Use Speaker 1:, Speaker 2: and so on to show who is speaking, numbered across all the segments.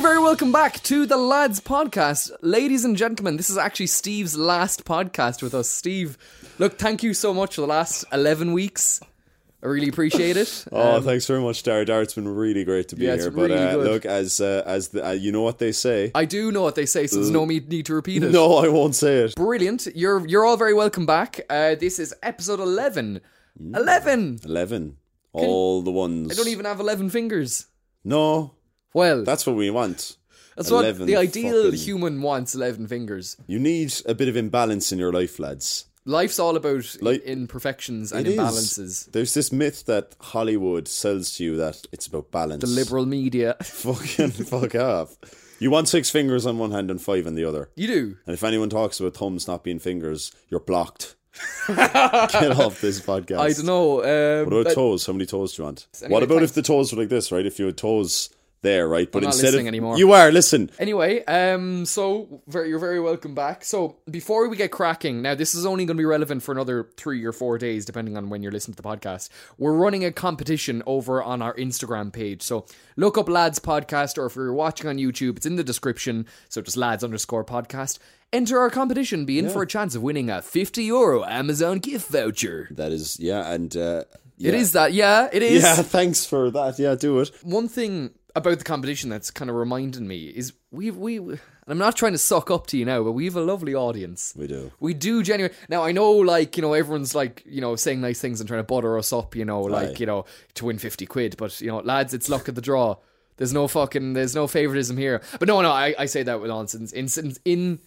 Speaker 1: very welcome back to the Lads Podcast. Ladies and gentlemen, this is actually Steve's last podcast with us. Steve, look, thank you so much for the last 11 weeks. I really appreciate it.
Speaker 2: Oh, thanks very much, Dara. Dara, it's been really great to be
Speaker 1: Um, Yeah, it's
Speaker 2: here. But
Speaker 1: really
Speaker 2: uh,
Speaker 1: good.
Speaker 2: look, as uh, as the, uh, you know what they say.
Speaker 1: I do know what they say, so there's no me- need to repeat it.
Speaker 2: Uh, no, I won't say it.
Speaker 1: Brilliant. You're you're all very welcome back. Uh, this is episode 11. 11.
Speaker 2: Eleven, all the ones.
Speaker 1: I don't even have 11 fingers.
Speaker 2: No,
Speaker 1: Well, that's,
Speaker 2: that's what we want.
Speaker 1: what
Speaker 2: 11
Speaker 1: the ideal
Speaker 2: fucking-
Speaker 1: human wants 11 fingers.
Speaker 2: You need a bit of imbalance in your life, lads.
Speaker 1: Life's all about
Speaker 2: Like-
Speaker 1: imperfections and
Speaker 2: It is.
Speaker 1: imbalances.
Speaker 2: There's this myth that Hollywood sells to you that it's about balance.
Speaker 1: The liberal media.
Speaker 2: Fucking fuck off. You want six fingers on one hand and five on the other.
Speaker 1: You do.
Speaker 2: And if anyone talks about thumbs not being fingers, you're blocked. Get off this podcast.
Speaker 1: I don't know. Um,
Speaker 2: What about
Speaker 1: but
Speaker 2: toes? How many toes do you want?
Speaker 1: anyway,
Speaker 2: what about
Speaker 1: thanks.
Speaker 2: if the toes were like this, right? If you had toes there, right? But
Speaker 1: not
Speaker 2: instead of
Speaker 1: listening anymore.
Speaker 2: you are listen.
Speaker 1: anyway, um, so very, you're very welcome back. So before we get cracking, now this is only going to be relevant for another three or four days, depending on when you're listening to the podcast. We're running a competition over on our Instagram page. So look up Lads Podcast, or if you're watching on YouTube, it's in the description. So just Lads underscore Podcast. Enter our competition. Be in for a chance of winning a fifty euro Amazon gift voucher.
Speaker 2: That is yeah, and uh,
Speaker 1: It is that, yeah, it is.
Speaker 2: Yeah, thanks for that. Yeah, do it.
Speaker 1: one thing about the competition that's kind of reminding me is we we and I'm not trying to suck up to you now, but we have a lovely audience.
Speaker 2: We do.
Speaker 1: We do genuinely. Now I know, like you know, everyone's like you know saying nice things and trying to butter us up, you know, like
Speaker 2: Aye.
Speaker 1: you know to win fifty quid. But you know, lads, it's luck of the draw. There's no fucking there's no favoritism here. But no, no, I, I say that with nonsense. In in, in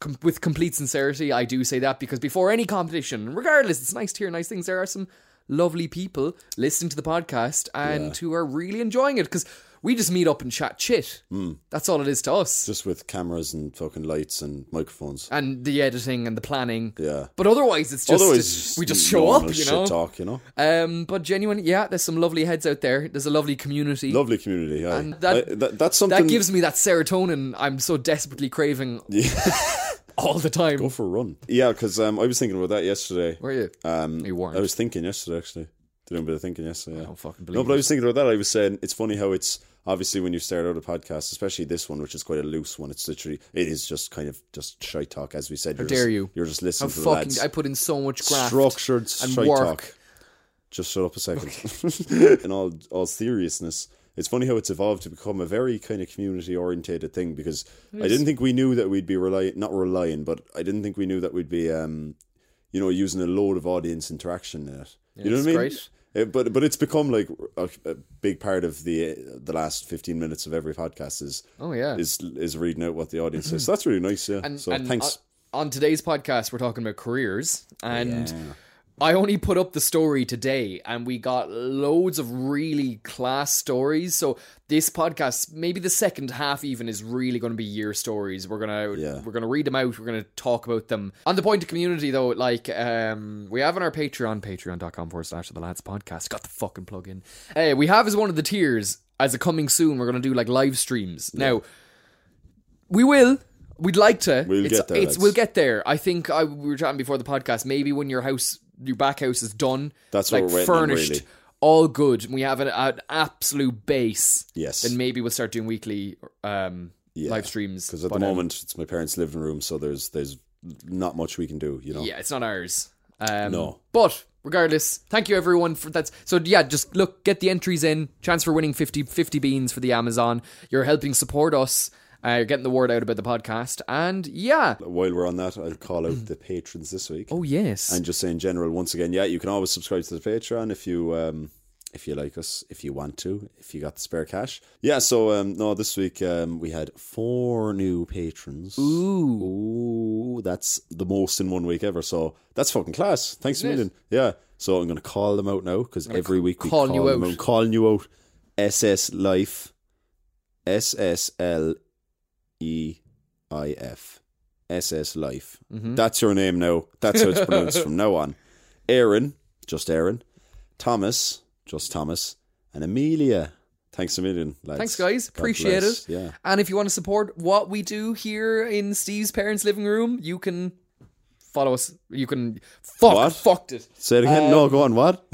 Speaker 1: com- with complete sincerity, I do say that because before any competition, regardless, it's nice to hear nice things. There are some lovely people listening to the podcast and who are really enjoying it because we just meet up and chat shit. Mm. That's all it is to us.
Speaker 2: Just with cameras and fucking lights and microphones.
Speaker 1: and the editing and the planning.
Speaker 2: Yeah.
Speaker 1: But otherwise, it's just
Speaker 2: Otherwise,
Speaker 1: we just
Speaker 2: no
Speaker 1: show
Speaker 2: one
Speaker 1: up,
Speaker 2: knows
Speaker 1: you
Speaker 2: shit
Speaker 1: know.
Speaker 2: Talk, you know.
Speaker 1: Um, but genuine, yeah. There's some lovely heads out there. There's a lovely community.
Speaker 2: Lovely community. aye.
Speaker 1: And that-
Speaker 2: I- that, that's something.
Speaker 1: that gives me that serotonin I'm so desperately craving all the time.
Speaker 2: go for a run. Yeah, because um, I was thinking about that yesterday.
Speaker 1: Where are you? Um, you weren't.
Speaker 2: I was thinking yesterday actually. Doing a bit of thinking yesterday. Yeah.
Speaker 1: don't fucking
Speaker 2: No,
Speaker 1: believe
Speaker 2: but I was thinking about that. I was saying it's funny how it's obviously when you start out a podcast, especially this one, which is quite a loose one. It's literally it is just kind of just shy talk, as we said. How
Speaker 1: dare you.
Speaker 2: You're just listening to the
Speaker 1: fucking.
Speaker 2: lads.
Speaker 1: I put in so much graft.
Speaker 2: Structured
Speaker 1: and
Speaker 2: shy
Speaker 1: work.
Speaker 2: talk. Just shut up a second. In all all seriousness, it's funny how it's evolved to become a very kind of community orientated thing because I didn't think we knew that we'd be relying not relying, but I didn't think we knew that we'd be um, you know, using a load of audience interaction in it. you know what I
Speaker 1: it's
Speaker 2: mean?
Speaker 1: great.
Speaker 2: Uh, but but it's become like a, a big part of the the last fifteen minutes of every podcast is
Speaker 1: Oh yeah.
Speaker 2: is is reading out what the audience says. So that's really nice, yeah. so thanks. Oh,
Speaker 1: On, on today's podcast, we're talking about careers, and I only put up the story today, and we got loads of really class stories. So this podcast, maybe the second half even, is really going to be year stories. We're gonna
Speaker 2: Yeah.
Speaker 1: we're gonna read them out. We're gonna talk about them. On the point of community, though, like um, we have on our Patreon, patreon.com forward slash the lads podcast. Got the fucking plug in. Hey, we have as one of the tiers as a coming soon. We're gonna do like live streams now. We will. We'd like to.
Speaker 2: We'll
Speaker 1: it's,
Speaker 2: get there,
Speaker 1: It's,
Speaker 2: lads.
Speaker 1: we'll get there. I think I, we were chatting before the podcast. Maybe when your house, your back house is done,
Speaker 2: That's what
Speaker 1: like
Speaker 2: we're waiting on,
Speaker 1: furnished,
Speaker 2: really.
Speaker 1: all good. and We have an, an absolute base.
Speaker 2: Yes.
Speaker 1: Then maybe we'll start doing weekly um, live streams.
Speaker 2: Because at
Speaker 1: But,
Speaker 2: the
Speaker 1: um,
Speaker 2: moment it's my parents' living room, so there's there's not much we can do, you know.
Speaker 1: yeah, it's not ours. Um,
Speaker 2: No.
Speaker 1: But regardless, thank you everyone for that. So yeah, just look, get the entries in. Chance for winning 50, 50 beans for the Amazon. You're helping support us. Uh, you're getting the word out about the podcast, and yeah.
Speaker 2: While we're on that, I'll call out the patrons this week.
Speaker 1: Oh yes.
Speaker 2: And just say in general, once again, yeah, you can always subscribe to the Patreon if you um if you like us, if you want to, if you got the spare cash. Yeah, so um no, this week um we had four new patrons. Ooh. that's the most in one week ever. So that's fucking class. Thanks a million. Yeah. So I'm gonna call them out now because every week we
Speaker 1: call
Speaker 2: call,
Speaker 1: you
Speaker 2: them
Speaker 1: out.
Speaker 2: out. Calling you out. SS Life. S S L E I F. SS Life.
Speaker 1: Mm-hmm.
Speaker 2: That's your name now. That's how it's pronounced from now on. Aaron, just Aaron. Thomas, just Thomas. And Amelia. Thanks a million, lads.
Speaker 1: Thanks, guys.
Speaker 2: God
Speaker 1: Appreciate
Speaker 2: bless.
Speaker 1: it.
Speaker 2: Yeah.
Speaker 1: And if you want to support what we do here in Steve's parents' living room, you can Follow us. You can fuck
Speaker 2: What?
Speaker 1: fucked it.
Speaker 2: Say it again.
Speaker 1: Um,
Speaker 2: no, go on. What?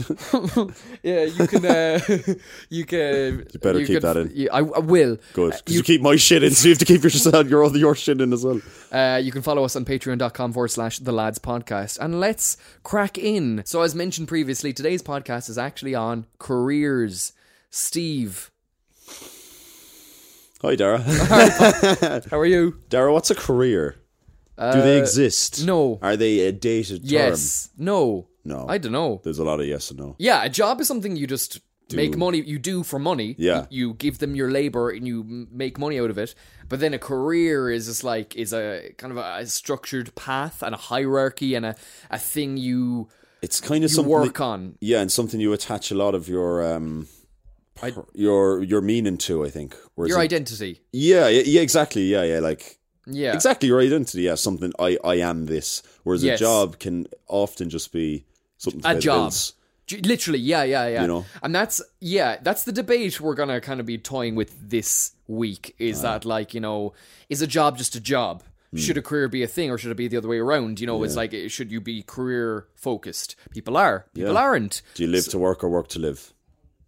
Speaker 1: Yeah, you can. Uh, you can. You
Speaker 2: better keep
Speaker 1: can-
Speaker 2: that in.
Speaker 1: you- I, I will.
Speaker 2: Good. Because you, keep my shit in, so you have to keep yourself your other your shit in as well.
Speaker 1: Uh, you can follow us on patreon.com forward slash the lads podcast. And let's crack in. So, as mentioned previously, today's podcast is actually on careers. Steve,
Speaker 2: Hi, Dara.
Speaker 1: how are you?
Speaker 2: Dara, what's a career? Do they exist?
Speaker 1: Uh, no.
Speaker 2: Are they a dated term?
Speaker 1: Yes. No.
Speaker 2: No.
Speaker 1: I don't know.
Speaker 2: There's a lot of yes and no.
Speaker 1: Yeah, a job is something you just make money. You do for money.
Speaker 2: Yeah.
Speaker 1: You, you give them your labor and you m- make money out of it. But then a career is just like is a kind of a, a structured path and a hierarchy and a, a thing you
Speaker 2: It's kind of something.
Speaker 1: work
Speaker 2: that-
Speaker 1: on.
Speaker 2: yeah, and something you attach a lot of your um, per- your your meaning to. I think. Whereas
Speaker 1: Your
Speaker 2: it-
Speaker 1: identity.
Speaker 2: yeah, yeah, yeah, exactly. Yeah, yeah, like
Speaker 1: Yeah.
Speaker 2: exactly your identity. Yeah, something I I am this. Whereas
Speaker 1: Yes.
Speaker 2: a job can often just be something to pay
Speaker 1: A
Speaker 2: the
Speaker 1: job.
Speaker 2: bills.
Speaker 1: J- Literally, yeah, yeah, yeah.
Speaker 2: You know?
Speaker 1: And that's yeah, that's the debate we're gonna kind of be toying with this week. Is that like you know, is a job just a job?
Speaker 2: Hmm.
Speaker 1: Should a career be a thing, or should it be the other way around? You know, it's like eh, should you be career focused? People are, people
Speaker 2: Yeah.
Speaker 1: aren't.
Speaker 2: Do you live to work or work to live?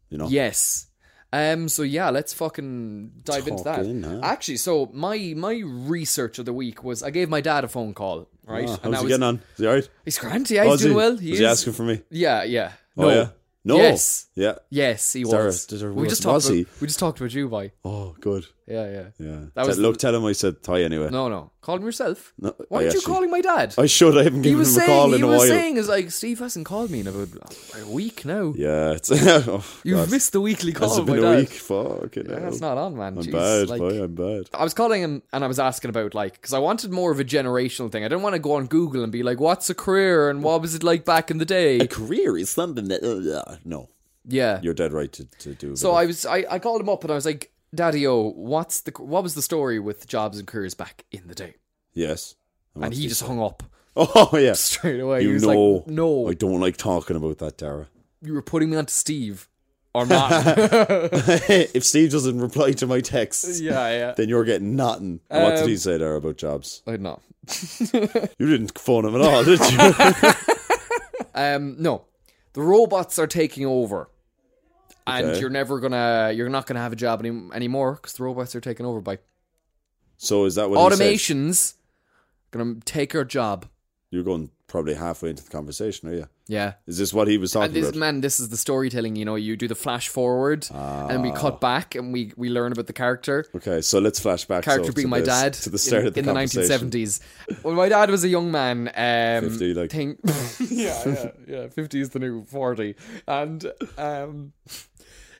Speaker 2: You know.
Speaker 1: Yes. Um. So yeah, let's fucking dive into
Speaker 2: Talk
Speaker 1: that.
Speaker 2: in, huh?
Speaker 1: Actually, so my my research of the week was I gave my dad a phone call, right?
Speaker 2: Ah,
Speaker 1: and I
Speaker 2: how's he
Speaker 1: was
Speaker 2: getting on? Is he alright?
Speaker 1: he's grand. Yeah, he's doing well. He is.
Speaker 2: was he asking for me?
Speaker 1: yeah, yeah.
Speaker 2: Oh yeah. No.
Speaker 1: Yes.
Speaker 2: Yeah.
Speaker 1: Yes, he
Speaker 2: there-
Speaker 1: was.
Speaker 2: is there-
Speaker 1: we just
Speaker 2: was
Speaker 1: talked. About,
Speaker 2: he?
Speaker 1: we just talked about you, boy.
Speaker 2: Oh, good.
Speaker 1: Yeah, yeah.
Speaker 2: Yeah.
Speaker 1: That
Speaker 2: Te-
Speaker 1: was-
Speaker 2: look, tell him I said tie anyway.
Speaker 1: No, no. Call him yourself.
Speaker 2: No,
Speaker 1: Why
Speaker 2: I
Speaker 1: aren't you
Speaker 2: actually-
Speaker 1: calling my dad?
Speaker 2: I should. I haven't
Speaker 1: he
Speaker 2: given
Speaker 1: was
Speaker 2: him a
Speaker 1: saying.
Speaker 2: call
Speaker 1: He
Speaker 2: in a
Speaker 1: was
Speaker 2: while.
Speaker 1: saying is like Steve hasn't called me in about a week now.
Speaker 2: Yeah. It's, oh,
Speaker 1: You've
Speaker 2: God.
Speaker 1: missed the weekly call
Speaker 2: Has it
Speaker 1: of my
Speaker 2: been a
Speaker 1: dad.
Speaker 2: week? Fucking hell.
Speaker 1: That's not on, man.
Speaker 2: I'm
Speaker 1: Jeez,
Speaker 2: bad,
Speaker 1: like-
Speaker 2: boy. I'm bad.
Speaker 1: I was calling him and I was asking about like because I wanted more of a generational thing. I didn't want to go on Google and be like, "What's a career and what was it like back in the day?"
Speaker 2: career is something that. Uh, no.
Speaker 1: Yeah.
Speaker 2: You're dead right to, to do.
Speaker 1: So I was I, I called him up and I was like, "Daddy, oh, what's the what was the story with jobs and careers back in the day?"
Speaker 2: Yes.
Speaker 1: And he just hung up.
Speaker 2: Oh, yeah.
Speaker 1: straight away. he
Speaker 2: You
Speaker 1: was
Speaker 2: know.
Speaker 1: like, no,
Speaker 2: I don't like talking about that, Dara.
Speaker 1: you were putting me on to Steve or not. yeah,
Speaker 2: if Steve doesn't reply to my texts,
Speaker 1: yeah. Um,
Speaker 2: then you're getting nothing. And what did he say there about jobs?
Speaker 1: I know.
Speaker 2: You didn't phone him at all, did you?
Speaker 1: Um, no, the robots are taking over, and
Speaker 2: Okay.
Speaker 1: you're never gonna, you're not gonna have a job any, anymore because the robots are taking over by
Speaker 2: so is that what He said?
Speaker 1: automations. Gonna take our job.
Speaker 2: You're going probably halfway into the conversation, are you?
Speaker 1: Yeah.
Speaker 2: Is this what he was
Speaker 1: And
Speaker 2: talking
Speaker 1: this
Speaker 2: about?
Speaker 1: man, this is the storytelling. You know, you do the flash forward, and
Speaker 2: Ah.
Speaker 1: we cut back, and we we learn about the character.
Speaker 2: okay, so let's flash back.
Speaker 1: character
Speaker 2: so,
Speaker 1: being
Speaker 2: to
Speaker 1: my
Speaker 2: this-
Speaker 1: dad
Speaker 2: to the start
Speaker 1: in,
Speaker 2: of the
Speaker 1: in the
Speaker 2: conversation.
Speaker 1: 1970s. Well, my dad was a young man. Um,
Speaker 2: 50, like.
Speaker 1: think- yeah, yeah, yeah. 50 is the new 40. And um,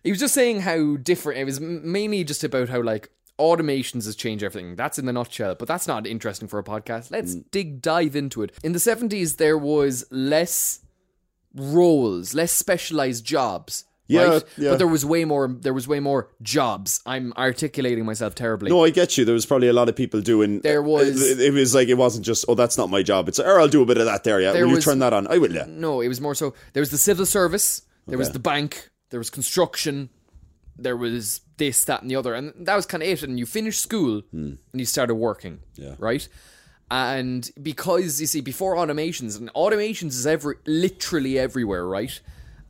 Speaker 1: he was just saying how different it was, m- mainly just about how, like, automations has changed everything. That's in the nutshell, but that's not interesting for a podcast. Let's
Speaker 2: Mm.
Speaker 1: dig dive into it. In the 70s, there was less roles, less specialized jobs.
Speaker 2: Yeah,
Speaker 1: right?
Speaker 2: yeah.
Speaker 1: But there was way more. There was way more jobs. I'm articulating myself terribly.
Speaker 2: No, I get you. There was probably a lot of people doing. uh,
Speaker 1: There was-
Speaker 2: It, it was like it wasn't just. Oh, that's not my job. It's. Or I'll do a bit of that there. Yeah.
Speaker 1: There
Speaker 2: will
Speaker 1: was- Mm.
Speaker 2: you turn that on? I will. Yeah.
Speaker 1: no, it was more so there was the civil service, there was the bank, there was construction, there was this, that, and the other, and that was kind of it. And you finished school and you started working,
Speaker 2: Hmm. Yeah.
Speaker 1: right? And because you see, before automations and automations is every literally everywhere, right?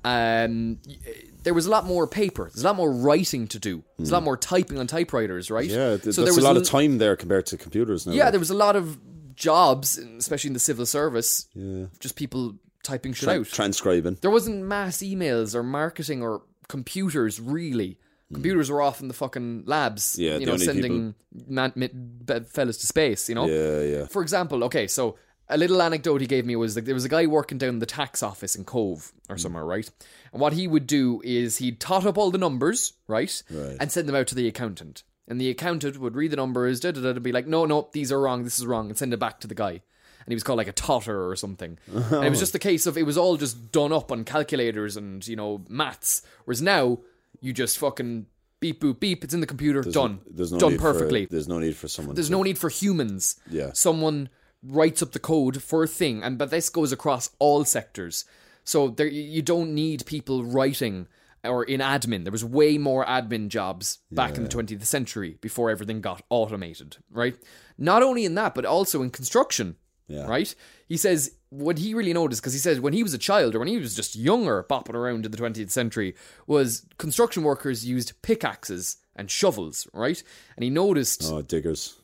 Speaker 1: Um, y- there was a lot more paper. There's a lot more writing to do. There's a lot more typing on typewriters, right?
Speaker 2: Hmm. Yeah. Th-
Speaker 1: So there
Speaker 2: that's a
Speaker 1: was
Speaker 2: lot
Speaker 1: l-
Speaker 2: of time there compared to computers now.
Speaker 1: yeah, there was a lot of jobs, especially in the civil service. Yeah, just people typing shit out.
Speaker 2: Transcribing.
Speaker 1: There wasn't mass emails or marketing or computers really. Computers were off in the fucking labs,
Speaker 2: Yeah,
Speaker 1: you
Speaker 2: the
Speaker 1: know,
Speaker 2: only
Speaker 1: sending man, mi- be- fellas to space, you know.
Speaker 2: Yeah. Yeah.
Speaker 1: For example, okay, so a little anecdote he gave me was like there was a guy working down in the tax office in Cove
Speaker 2: Mm.
Speaker 1: or somewhere, right? And what he would do is he'd tot up all the numbers, right,
Speaker 2: Right.
Speaker 1: and send them out to the accountant. And the accountant would read the numbers, da da da, and be like, no, no, these are wrong, this is wrong, and send it back to the guy. And he was called like a totter or something. And it was just the case of it was all just done up on calculators and, you know, maths. Whereas now, you just fucking beep, boop, beep, it's in the computer, done.
Speaker 2: There's no
Speaker 1: done
Speaker 2: need for-
Speaker 1: perfectly
Speaker 2: there's no need for someone.
Speaker 1: there's no need for humans.
Speaker 2: Yeah.
Speaker 1: Someone writes up the code for a thing, and but this goes across all sectors. So there, you don't need people writing or in admin. There was way more admin jobs back in the 20th century before everything got automated, right? Not only in that, but also in construction.
Speaker 2: Yeah.
Speaker 1: right? He says what he really noticed because he says when he was a child or when he was just younger, bopping around in the 20th century, was construction workers used pickaxes and shovels, right? And he noticed
Speaker 2: Oh, diggers.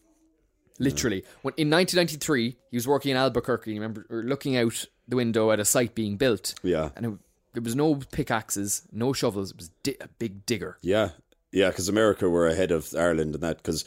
Speaker 1: literally when in 1993 he was working in Albuquerque. You remember or looking out the window at a site being built,
Speaker 2: Yeah.
Speaker 1: and it, there was no pickaxes, no shovels. It was di- a big digger.
Speaker 2: Yeah. Yeah, because America were ahead of Ireland and that, because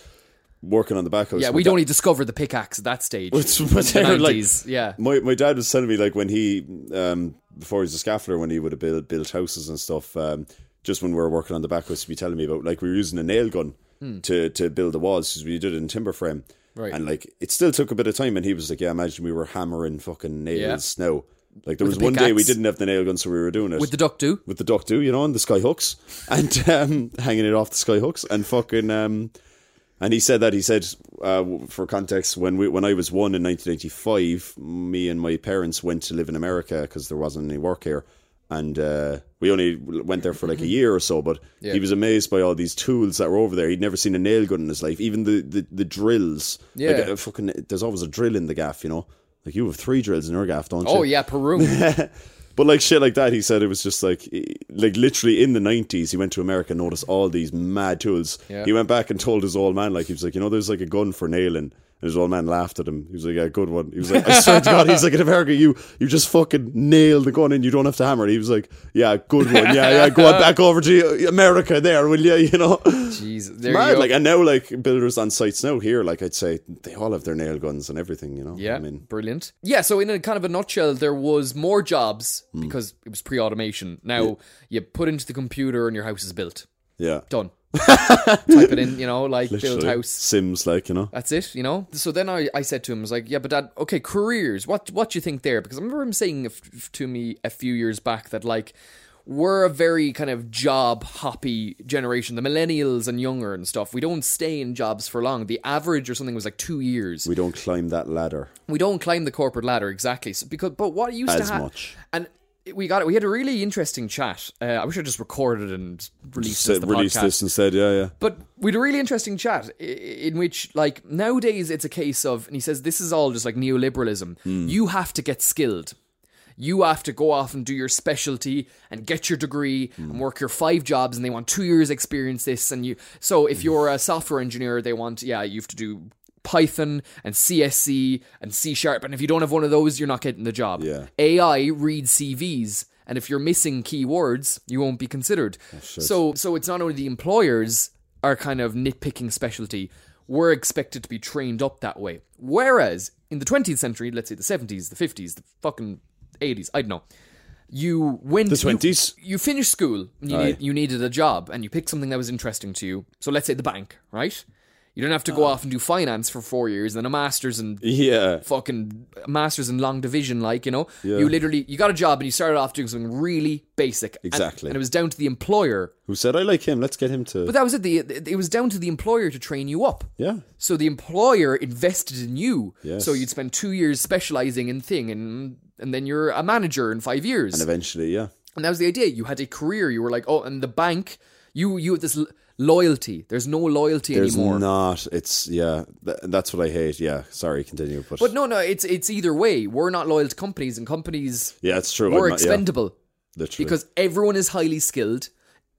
Speaker 2: working on the backhoes.
Speaker 1: Yeah,
Speaker 2: my
Speaker 1: we
Speaker 2: da-
Speaker 1: don't even discover the pickaxe at that stage.
Speaker 2: It's- but they're like-
Speaker 1: 90s, yeah.
Speaker 2: my, my dad was telling me, like, when he, um, before he was a scaffolder, when he would have built, built houses and stuff, um, just when we were working on the backhoes, he'd be telling me about, like, we were using a nail gun to, to build the walls because we did it in timber frame.
Speaker 1: Hmm. Right.
Speaker 2: And, like, it still took a bit of time. And he was like, yeah, imagine we were hammering fucking nails now. Like, there was
Speaker 1: a
Speaker 2: one day we
Speaker 1: pickaxe.
Speaker 2: didn't have the nail gun, so we were doing it.
Speaker 1: With the duck do.
Speaker 2: with the duck do, you know, and the sky hooks, and um, hanging it off the sky hooks, and fucking. Um, and he said that he said, uh, w- for context, when we when I was one in 1985, me and my parents went to live in America because there wasn't any work here, and uh, we only went there for like a year or so. But he was amazed by all these tools that were over there. He'd never seen a nail gun in his life, even the the, the drills. like,
Speaker 1: Yeah.
Speaker 2: a fucking. There's always a drill in the gaff, you know. Like you have three drills in your gaff, don't you?
Speaker 1: Oh yeah, Peru.
Speaker 2: But like shit like that, he said it was just like, like literally in the nineties, he went to America, and noticed all these mad tools.
Speaker 1: Yeah.
Speaker 2: He went back and told his old man, like he was like, you know, there's like a gun for nailing. And his old man laughed at him. He was like, yeah, good one. He was like, I swear to God, he's like, in America, you you just fucking nail the gun and you don't have to hammer it. He was like, yeah, good one. Yeah, yeah, go on back over to America there, will you? You know,
Speaker 1: Jeez, there you
Speaker 2: mad.
Speaker 1: go.
Speaker 2: Like, and now like builders on sites now here, like I'd say they all have their nail guns and everything. You know,
Speaker 1: Yeah,
Speaker 2: I mean,
Speaker 1: brilliant. Yeah, so in a kind of a nutshell, there was more jobs
Speaker 2: Hmm.
Speaker 1: because it was pre-automation. Now you put into the computer and your house is built.
Speaker 2: yeah,
Speaker 1: Done. Type it in, you know, like build
Speaker 2: Literally.
Speaker 1: house.
Speaker 2: Sims, like you know,
Speaker 1: That's it, you know. So then I, I said to him, I was like, yeah, but dad, okay, careers. What what do you think there? Because I remember him saying f- f- to me a few years back that like we're a very kind of job hoppy generation, the millennials and younger and stuff. We don't stay in jobs for long. The average or something was like two years.
Speaker 2: we don't climb that ladder.
Speaker 1: we don't climb the corporate ladder exactly so because but what used to
Speaker 2: As
Speaker 1: happen
Speaker 2: much.
Speaker 1: and we got it we had a really interesting chat uh, i wish i just recorded and released this,
Speaker 2: Said-
Speaker 1: the
Speaker 2: released
Speaker 1: podcast.
Speaker 2: this and said, yeah, yeah.
Speaker 1: but we had a really interesting chat i- in which like nowadays it's a case of and he says this is all just like neoliberalism you have to get skilled you have to go off and do your specialty and get your degree and work your five jobs and they want two years experience this and you so if you're a software engineer they want yeah you have to do python and csc and c sharp and if you don't have one of those you're not getting the job
Speaker 2: Yeah.
Speaker 1: ai reads cvs and if you're missing keywords you won't be considered so so it's not only the employers are kind of nitpicking specialty we're expected to be trained up that way whereas in the 20th century let's say the 70s the 50s the fucking 80s i don't know you went the
Speaker 2: 20s?
Speaker 1: you, you finished school and you,
Speaker 2: Aye.
Speaker 1: need, you needed a job and you picked something that was interesting to you so let's say the bank right you don't have to go off and do finance for four years and then a master's in
Speaker 2: Uh-huh. Yeah.
Speaker 1: fucking masters in long division like you know you literally you got a job and you started off doing something really basic And-
Speaker 2: Exactly.
Speaker 1: and it was down to the employer
Speaker 2: Who said, I like him, let's get him to.
Speaker 1: but that was it. The, it was down to the employer to train you up.
Speaker 2: yeah.
Speaker 1: So the employer invested in you.
Speaker 2: Yes.
Speaker 1: So you'd spend two years specializing in thing, and and then you're a manager in five years. And,
Speaker 2: Eventually, yeah.
Speaker 1: that was the idea. You had a career. You were like, oh, and the bank. You you had this l- loyalty. There's no loyalty
Speaker 2: There's
Speaker 1: anymore.
Speaker 2: not, it's, yeah. Th- that's what I hate. Yeah. Sorry, continue. But,
Speaker 1: but no, no, it's it's either way. We're not loyal to companies, and companies
Speaker 2: yeah, it's true.
Speaker 1: were
Speaker 2: I'm not- yeah,
Speaker 1: expendable.
Speaker 2: literally.
Speaker 1: because everyone is highly skilled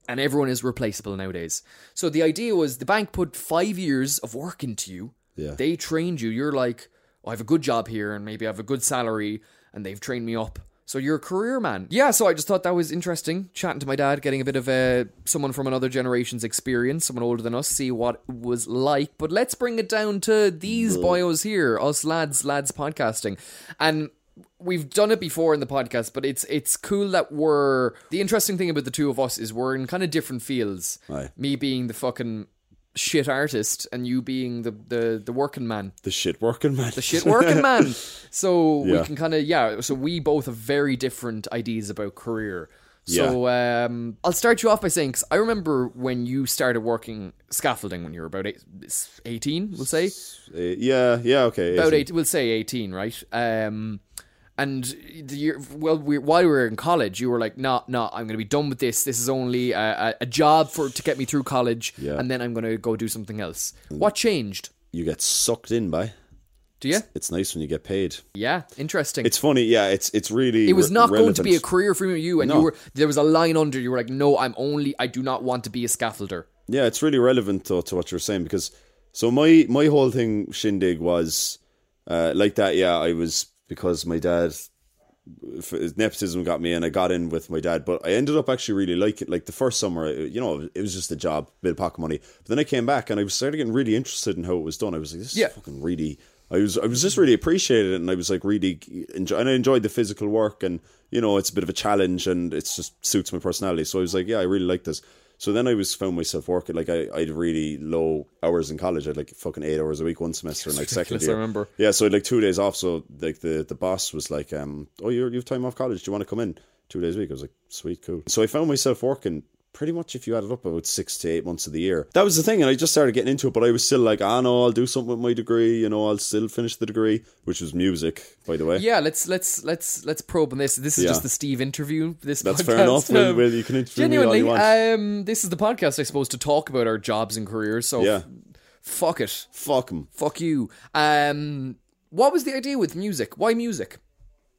Speaker 1: and everyone is replaceable nowadays. So the idea was the bank put five years of work into you.
Speaker 2: Yeah.
Speaker 1: They trained you. You're like, "Oh, I have a good job here and maybe I have a good salary and they've trained me up. So you're a career man. Yeah, so I just thought that was interesting. Chatting to my dad, getting a bit of uh, someone from another generation's experience, someone older than us, see what it was like. But let's bring it down to these boyos here, us lads, lads podcasting. And we've done it before in the podcast, but it's it's cool that we're the interesting thing about the two of us is we're in kind of different fields.
Speaker 2: Aye.
Speaker 1: Me being the fucking shit artist and you being the the, the working man.
Speaker 2: the shit working man.
Speaker 1: The shit working man. So
Speaker 2: Yeah.
Speaker 1: we can kinda yeah, so we both have very different ideas about career. So um, I'll start you off by saying, 'cause I remember when you started working scaffolding when you were about eight, 18, we'll say
Speaker 2: Uh, yeah, yeah, okay.
Speaker 1: about
Speaker 2: easy.
Speaker 1: eight, we'll say 18, right? Um, and the year, well, we, while we were in college, you were like, "No, no, I'm going to be done with this. This is only a, a, a job for to get me through college,
Speaker 2: Yeah. Mm.
Speaker 1: and then I'm going to go do something else." What changed?
Speaker 2: You get sucked in by.
Speaker 1: Do you?
Speaker 2: It's nice when you get paid.
Speaker 1: Yeah, interesting.
Speaker 2: It's funny, yeah. It's it's really.
Speaker 1: it was
Speaker 2: re-
Speaker 1: not going to be a
Speaker 2: relevant.
Speaker 1: career for you, and you
Speaker 2: No.
Speaker 1: were there was a line under. You were like, "No, I'm only. I do not want to be a scaffolder."
Speaker 2: Yeah, it's really relevant though to what you're saying because so my my whole thing shindig was uh, like that. Yeah, I was because my dad f- nepotism got me, and I got in with my dad. But I ended up actually really like it. Like the first summer, I- you know, it was just a job, bit of pocket money. But then I came back, and I was started getting really interested in how it was done. I was like, this
Speaker 1: Yeah.
Speaker 2: is fucking really. I was I was just really appreciated, it and I was like really enjoy, and I enjoyed the physical work, and you know, it's a bit of a challenge, and it just suits my personality. So I was like, yeah, I really like this. So then I was found myself working like I I had really low hours in college. I had like fucking eight hours a week one semester and like second
Speaker 1: ridiculous, I
Speaker 2: year.
Speaker 1: remember.
Speaker 2: Yeah, so I had, like two days off. So like the the boss was like, um, "Oh, you're, you have time off college. Do you want to come in two days a week?" I was like, "Sweet, cool." So I found myself working pretty much if you added up about six to eight months of the year. That was the thing, and I just started getting into it. But I was still like, "Ah, no, I'll do something with my degree. You know, I'll still finish the degree, which was music, by the way."
Speaker 1: Yeah, let's let's let's let's probe on this. This is
Speaker 2: Yeah.
Speaker 1: just the Steve interview. This
Speaker 2: That's
Speaker 1: podcast.
Speaker 2: fair enough. Well,
Speaker 1: Um,
Speaker 2: well, you can interview me all
Speaker 1: genuinely,
Speaker 2: you want.
Speaker 1: um, this is the podcast, I suppose, to talk about our jobs and careers. So
Speaker 2: yeah,
Speaker 1: fuck it,
Speaker 2: fuck 'em.
Speaker 1: fuck you. Um, what was the idea with music? Why music?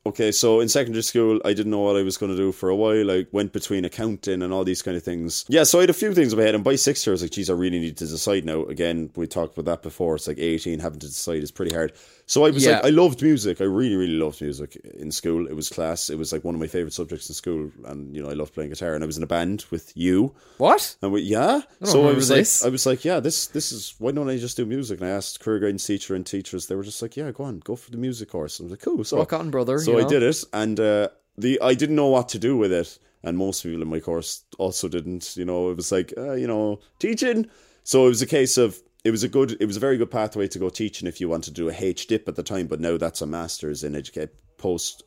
Speaker 2: Okay, so in secondary school, I didn't know what I was going to do for a while. I went between accounting and all these kind of things. Yeah, so I had a few things in my head, and by six years, I was like, geez, I really need to decide now. Again, we talked about that before. It's like 18, having to decide is pretty hard. So I was
Speaker 1: Yeah.
Speaker 2: like, I loved music. I really, really loved music in school. It was class. It was like one of my favorite subjects in school, and you know, I loved playing guitar. And I was in a band with you.
Speaker 1: What?
Speaker 2: And we, yeah, so I
Speaker 1: remember
Speaker 2: was
Speaker 1: this.
Speaker 2: like, I was like, yeah, this this is why don't I just do music? And I asked career guidance teacher and teachers. They were just like, yeah, go on, go for the music course. And I was like, cool. So
Speaker 1: Rock on, brother,
Speaker 2: So
Speaker 1: you
Speaker 2: I
Speaker 1: know?
Speaker 2: did it, and uh, the I didn't know what to do with it, and most people in my course also didn't. You know, it was like, uh, you know, teaching. So it was a case of it was a good, it was a very good pathway to go teaching if you want to do a H dip at the time, but now that's a master's in educate post.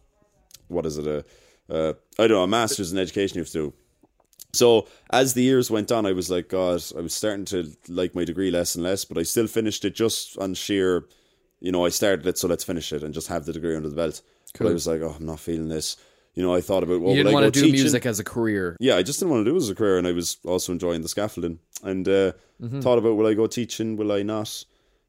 Speaker 2: What is it? A uh, I don't know, a master's in education you have to do. So as the years went on, I was like, God, I was starting to like my degree less and less, but I still finished it just on sheer, you know, I started it, so let's finish it and just have the degree under the belt. But I was like, oh, I'm not feeling this. You know, I thought about what
Speaker 1: You didn't
Speaker 2: would I
Speaker 1: want to
Speaker 2: go
Speaker 1: do
Speaker 2: teaching?
Speaker 1: music as a career.
Speaker 2: Yeah, I just didn't want to do it as a career, and I was also enjoying the scaffolding. And uh,
Speaker 1: Mm-hmm.
Speaker 2: thought about will I go teaching? Will I not?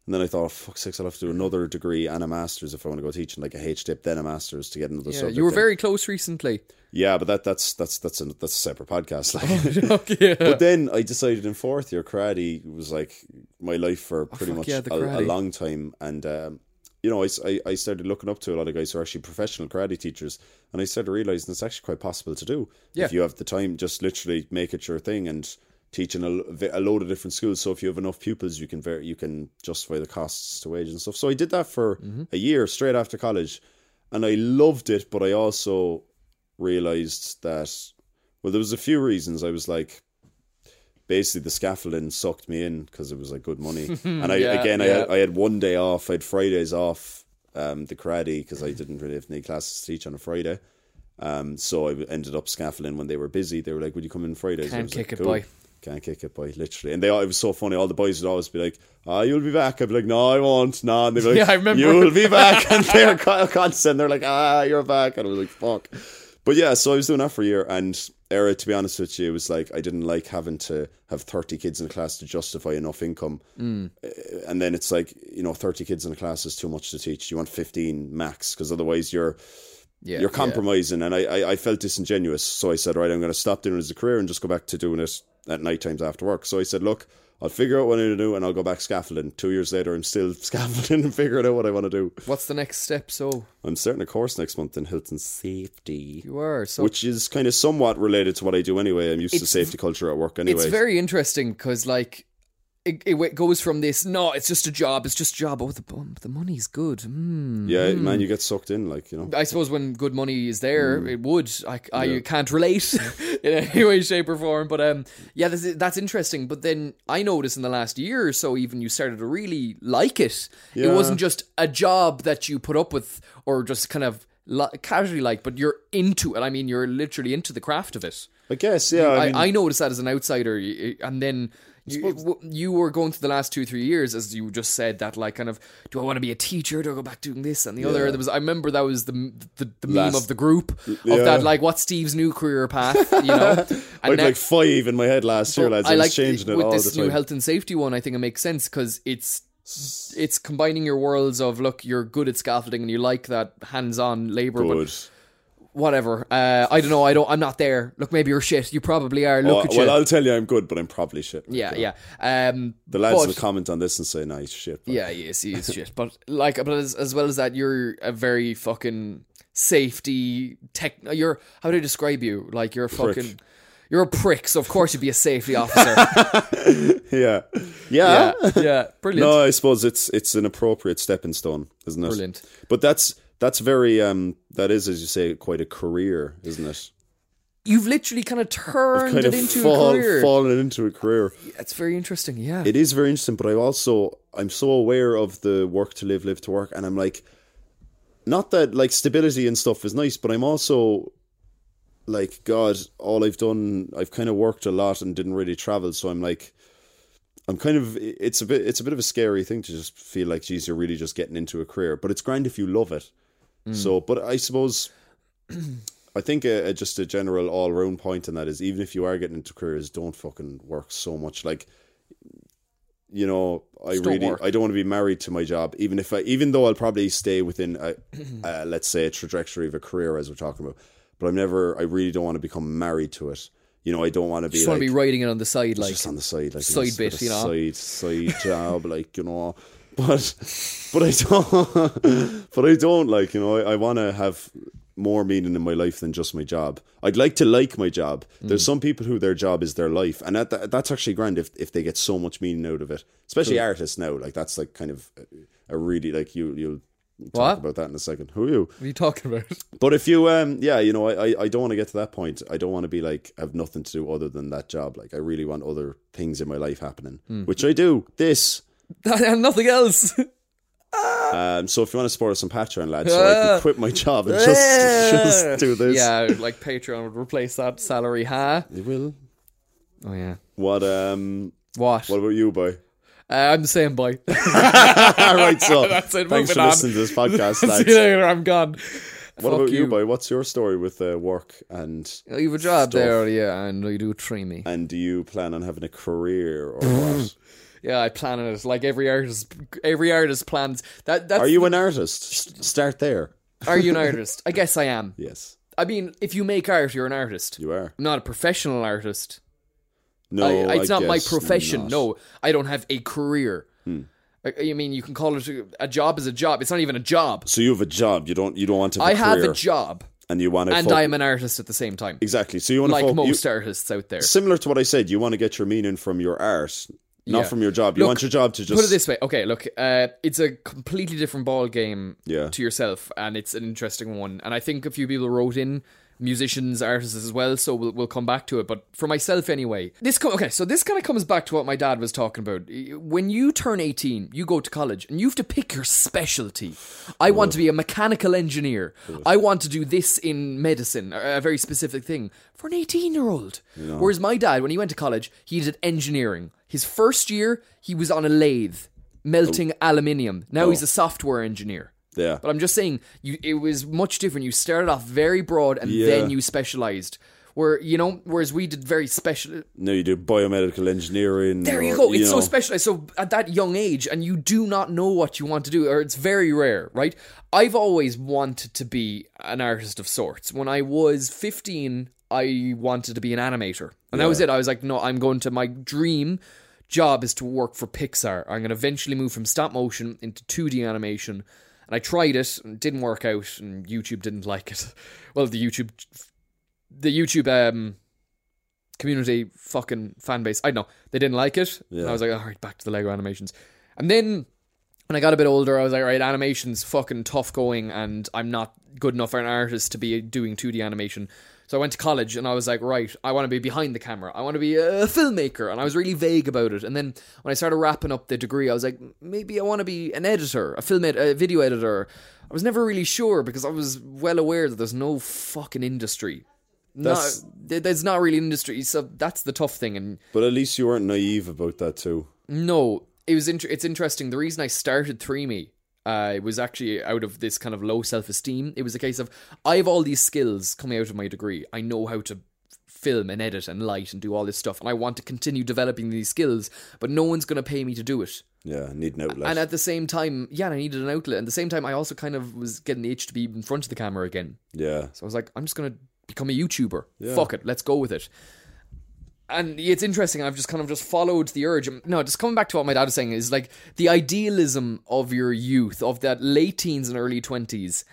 Speaker 2: And then I thought, oh, fuck six, I'll have to do another degree and a master's if I want to go teaching, like a H dip, then a master's to get another
Speaker 1: Yeah,
Speaker 2: subject.
Speaker 1: you were
Speaker 2: in.
Speaker 1: very close recently.
Speaker 2: yeah, but that that's that's that's a, that's a separate podcast. Like,
Speaker 1: okay.
Speaker 2: but then I decided in fourth year, karate was like my life for pretty
Speaker 1: Oh, fuck
Speaker 2: much
Speaker 1: yeah, the
Speaker 2: a, a
Speaker 1: karate.
Speaker 2: long time. And, um, you know, I, s- I- I started looking up to a lot of guys who are actually professional karate teachers. And I started realizing it's actually quite possible to do.
Speaker 1: Yeah.
Speaker 2: If you have the time, just literally make it your thing and teach in a, l- vi- a load of different schools. So if you have enough pupils, you can, ver- you can justify the costs to wage and stuff. So I did that for
Speaker 1: Mm-hmm.
Speaker 2: a year straight after college. And I loved it, but I also realized that, well, there was a few reasons. I was like, basically the scaffolding sucked me in because it was like good money. and I
Speaker 1: Yeah,
Speaker 2: again, I,
Speaker 1: yeah.
Speaker 2: had, I had one day off. I had Fridays off. Um, the karate because I didn't really have any classes to teach on a Friday. Um, so I ended up scaffolding when they were busy. They were like, "Would you come in Fridays?" I
Speaker 1: Can't
Speaker 2: was
Speaker 1: kick
Speaker 2: like,
Speaker 1: it, boy.
Speaker 2: Can't kick it, boy. Literally, and they all- it was so funny. All the boys would always be like, "Ah, you'll be back." I'd be like, "No, I won't." No, and they'd be like,
Speaker 1: Yeah, I remember.
Speaker 2: You'll be back, and they're co- constant. They're like, "Ah, you're back," and I was like, "Fuck." But yeah, so I was doing that for a year, and Era, to be honest with you, it was like I didn't like having to have thirty kids in a class to justify enough income,
Speaker 1: Mm.
Speaker 2: Uh, and then it's like you know, thirty kids in a class is too much to teach. You want fifteen max, because otherwise you're
Speaker 1: Yeah,
Speaker 2: you're
Speaker 1: yeah.
Speaker 2: compromising. And I, I, I felt disingenuous. So I said, right, I'm going to stop doing it as a career and just go back to doing it at night times after work. So I said, look, I'll figure out what I need to do and I'll go back scaffolding. Two years later, I'm still scaffolding and figuring out what I want to do.
Speaker 1: What's the next step? So
Speaker 2: I'm starting a course next month in Hilton Safety.
Speaker 1: you are so.
Speaker 2: Which is kind of somewhat related to what I do anyway. I'm used to safety culture at work anyway.
Speaker 1: It's very interesting because like it, it w- goes from this no, it's just a job, it's just a job. Oh, the bum- the money's good. Mm.
Speaker 2: yeah, man, you get sucked in, like, you know.
Speaker 1: I suppose when good money is there, it would. I, I can't relate in any way, shape, or form. But um, yeah, that's, that's interesting. But then I noticed in the last year or so, even you started to really like it. It
Speaker 2: Yeah.
Speaker 1: wasn't just a job that you put up with or just kind of li- casually like, but you're into it. I mean, you're literally into the craft of it.
Speaker 2: I guess, yeah. I,
Speaker 1: I,
Speaker 2: mean,
Speaker 1: I noticed that as an outsider, y- y- and then you, w- you were going through the last two three years, as you just said, that like kind of, do I want to be a teacher? Do I go back doing this and the other? There was, I remember that was the m- the, the meme
Speaker 2: Last-
Speaker 1: of the group of
Speaker 2: yeah.
Speaker 1: that like, what's Steve's new career path? You know,
Speaker 2: I
Speaker 1: and
Speaker 2: had
Speaker 1: now-
Speaker 2: like five in my head last year, lads. I, was
Speaker 1: like
Speaker 2: changing it
Speaker 1: with
Speaker 2: all
Speaker 1: this
Speaker 2: the
Speaker 1: new
Speaker 2: time.
Speaker 1: health and safety one. I think it makes sense because it's it's combining your worlds of look, you're good at scaffolding and you like that hands-on labor, but
Speaker 2: Good.
Speaker 1: whatever. Uh, I don't know. I don't. I'm not there. Look, maybe you're shit. You probably are. Look
Speaker 2: Oh,
Speaker 1: at
Speaker 2: well,
Speaker 1: you.
Speaker 2: I'll tell you, I'm good, but I'm probably shit.
Speaker 1: yeah, yeah. Um,
Speaker 2: The lads
Speaker 1: but-
Speaker 2: will comment on this and say, "Nice shit." But
Speaker 1: Yeah, yes, he is shit. But like, but as, as well as that, you're a very fucking safety tech. You're how do I describe you? Like you're a
Speaker 2: Prick.
Speaker 1: fucking, you're a prick. So of course you'd be a safety officer.
Speaker 2: yeah, yeah.
Speaker 1: yeah, yeah, brilliant.
Speaker 2: No, I suppose it's it's an appropriate stepping stone, isn't it?
Speaker 1: Brilliant.
Speaker 2: But that's that's very um that is, as you say, quite a career, isn't it?
Speaker 1: You've literally kind of turned
Speaker 2: Kind
Speaker 1: it
Speaker 2: of
Speaker 1: into
Speaker 2: fall,
Speaker 1: a career.
Speaker 2: fallen into a career.
Speaker 1: It's very interesting. Yeah,
Speaker 2: It is very interesting, but I also I'm so aware of the work to live, live to work, and I'm like, not that like stability and stuff is nice, but I'm also like, God, all I've done, I've kind of worked a lot and didn't really travel, so I'm like, I'm kind of it's a bit it's a bit of a scary thing to just feel like, geez, you're really just getting into a career, but it's grand if you love it.
Speaker 1: Mm.
Speaker 2: So, but I suppose. I think a, a, just a general all round point in that is even if you are getting into careers, don't fucking work so much. Like you know, I
Speaker 1: don't
Speaker 2: really
Speaker 1: work.
Speaker 2: I don't want to be married to my job. Even if I, even though I'll probably stay within a, uh, let's say a trajectory of a career as we're talking about, but I'm never. I really don't want to become married to it. You know, I don't want to be
Speaker 1: just
Speaker 2: like
Speaker 1: want to be writing it on the side, like
Speaker 2: just on the side, like
Speaker 1: side
Speaker 2: just a
Speaker 1: bit,
Speaker 2: of
Speaker 1: you know?
Speaker 2: side side job, like you know. But but I don't, but I don't like you know. I, I want to have more meaning in my life than just my job. I'd like to like my job.
Speaker 1: Mm.
Speaker 2: There's some people who their job is their life, and that, that that's actually grand if if they get so much meaning out of it. Especially artists now, like that's like kind of a really like you you'll talk
Speaker 1: What?
Speaker 2: about that in a second. Who are you?
Speaker 1: what are you talking about?
Speaker 2: But if you, um, yeah, you know, I, I, I don't want to get to that point. I don't want to be like have nothing to do other than that job. Like I really want other things in my life happening, which I do. This.
Speaker 1: and nothing else.
Speaker 2: Um, so if you want to support us on Patreon, lad, so I can quit my job and just, just do this.
Speaker 1: Yeah, like Patreon would replace that salary, huh?
Speaker 2: You will.
Speaker 1: Oh yeah.
Speaker 2: What um,
Speaker 1: What?
Speaker 2: what about you, boy?
Speaker 1: Uh, I'm the same boy.
Speaker 2: All right, so
Speaker 1: That's it,
Speaker 2: thanks
Speaker 1: moving
Speaker 2: for
Speaker 1: on.
Speaker 2: listening to this podcast,
Speaker 1: See you
Speaker 2: lads.
Speaker 1: later. I'm gone.
Speaker 2: What
Speaker 1: Fuck
Speaker 2: about you. boy? What's your story with uh, work and
Speaker 1: You have a job
Speaker 2: Stuff.
Speaker 1: there, yeah, and you do train me.
Speaker 2: and do you plan on having a career or what?
Speaker 1: Yeah, I plan on it like every artist. Every artist plans that. That's,
Speaker 2: Are you an artist? S- Start there.
Speaker 1: Are you an artist? I guess I am.
Speaker 2: Yes,
Speaker 1: I mean, if you make art, you're an artist.
Speaker 2: you are.
Speaker 1: I'm not a professional artist.
Speaker 2: No,
Speaker 1: I, it's
Speaker 2: I
Speaker 1: not my
Speaker 2: guess
Speaker 1: profession.
Speaker 2: not. Hmm.
Speaker 1: No, I don't have a career. I, I mean, you can call it a, a job. Is a job. It's not even a job.
Speaker 2: So you have a job. You don't. You don't want to. Have
Speaker 1: I
Speaker 2: a
Speaker 1: have
Speaker 2: career,
Speaker 1: a job,
Speaker 2: and you want to.
Speaker 1: and
Speaker 2: fo-
Speaker 1: I'm an artist at the same time,
Speaker 2: exactly. So you want
Speaker 1: like
Speaker 2: to. Fo- you-
Speaker 1: most artists out there.
Speaker 2: similar to what I said, you want to get your meaning from your art, not
Speaker 1: Yeah.
Speaker 2: from your job. You
Speaker 1: Look,
Speaker 2: want your job to just.
Speaker 1: Put it this way, okay. Look, uh, it's a completely different ball game
Speaker 2: Yeah.
Speaker 1: to yourself, and it's an interesting one. And I think a few people wrote in, musicians, artists as well. So we'll we'll come back to it. But for myself, anyway, this co- okay. So this kind of comes back to what my dad was talking about. When you turn eighteen, you go to college, and you have to pick your specialty. I want to be a mechanical engineer. I want to do this in medicine, a a very specific thing for an eighteen-year-old. Whereas my dad, when he went to college, he did engineering. His first year, he was on a lathe melting aluminium. Now he's a software engineer.
Speaker 2: Yeah.
Speaker 1: But I'm just saying, you it was much different. You started off very broad, and
Speaker 2: Yeah.
Speaker 1: then you specialized. Where you know, whereas we did very special.
Speaker 2: no, you do biomedical engineering.
Speaker 1: There you go. It's so specialized. So at that young age, and you do not know what you want to do, or it's very rare, right? I've always wanted to be an artist of sorts. When I was 15, I wanted to be an animator, and that was it. I was like, no, I'm going to my dream job is to work for Pixar. I'm going to eventually move from stop motion into 2D animation. And I tried it and it didn't work out and YouTube didn't like it. Well, the YouTube the YouTube um community fucking fan base. I don't know. They didn't like it. And I was like, all right, back to the Lego animations. And then when I got a bit older, I was like, all right, animation's fucking tough going, and I'm not good enough for an artist to be doing 2D animation. So I went to college and I was like, right, I want to be behind the camera. I want to be a filmmaker. And I was really vague about it. And then when I started wrapping up the degree, I was like, maybe I want to be an editor, a film ed- a video editor. I was never really sure because I was well aware that there's no fucking industry. No,
Speaker 2: That's-
Speaker 1: there- there's not really industry. So that's the tough thing. And
Speaker 2: But at least you weren't naive about that too.
Speaker 1: no, it was. Inter- it's interesting. The reason I started Three Me, uh, it was actually out of this kind of low self esteem. It was a case of I have all these skills coming out of my degree. I know how to film and edit and light and do all this stuff, and I want to continue developing these skills, but no one's going to pay me to do it.
Speaker 2: Yeah, need an outlet.
Speaker 1: And at the same time, yeah, and I needed an outlet. And at the same time, I also kind of was getting the itch to be in front of the camera again.
Speaker 2: yeah,
Speaker 1: So I was like, I'm just gonna become a YouTuber. Fuck it, let's go with it. And it's interesting. I've just kind of just followed the urge. Um, No, just coming back to what my dad was saying is like the idealism of your youth, of that late teens and early twenties,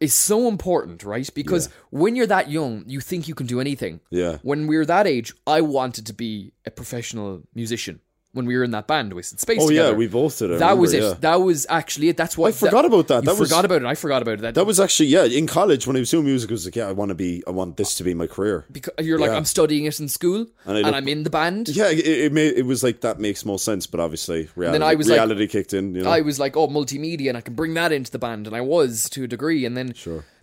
Speaker 1: is so important, right? Because when you're that young, you think you can do anything.
Speaker 2: yeah,
Speaker 1: When we were that age, I wanted to be a professional musician. When we were in that band, Wasted Space.
Speaker 2: Oh yeah,
Speaker 1: together.
Speaker 2: we both did. I
Speaker 1: That was it.
Speaker 2: remember, yeah.
Speaker 1: That was actually it. That's what I
Speaker 2: forgot about
Speaker 1: You
Speaker 2: that. That was-
Speaker 1: forgot about it. I forgot about it. That,
Speaker 2: That was actually yeah. In college, when I was doing music, I was like, yeah, I want to be, I want this to be my career.
Speaker 1: because you're like
Speaker 2: Yeah.
Speaker 1: I'm studying it in school and,
Speaker 2: I look-
Speaker 1: I'm in the band.
Speaker 2: Yeah, it, it made it was like that makes more sense, but obviously reality,
Speaker 1: I was like-
Speaker 2: reality kicked in. You know,
Speaker 1: I was like, oh, multimedia, and I can bring that into the band, and I was to a degree. And then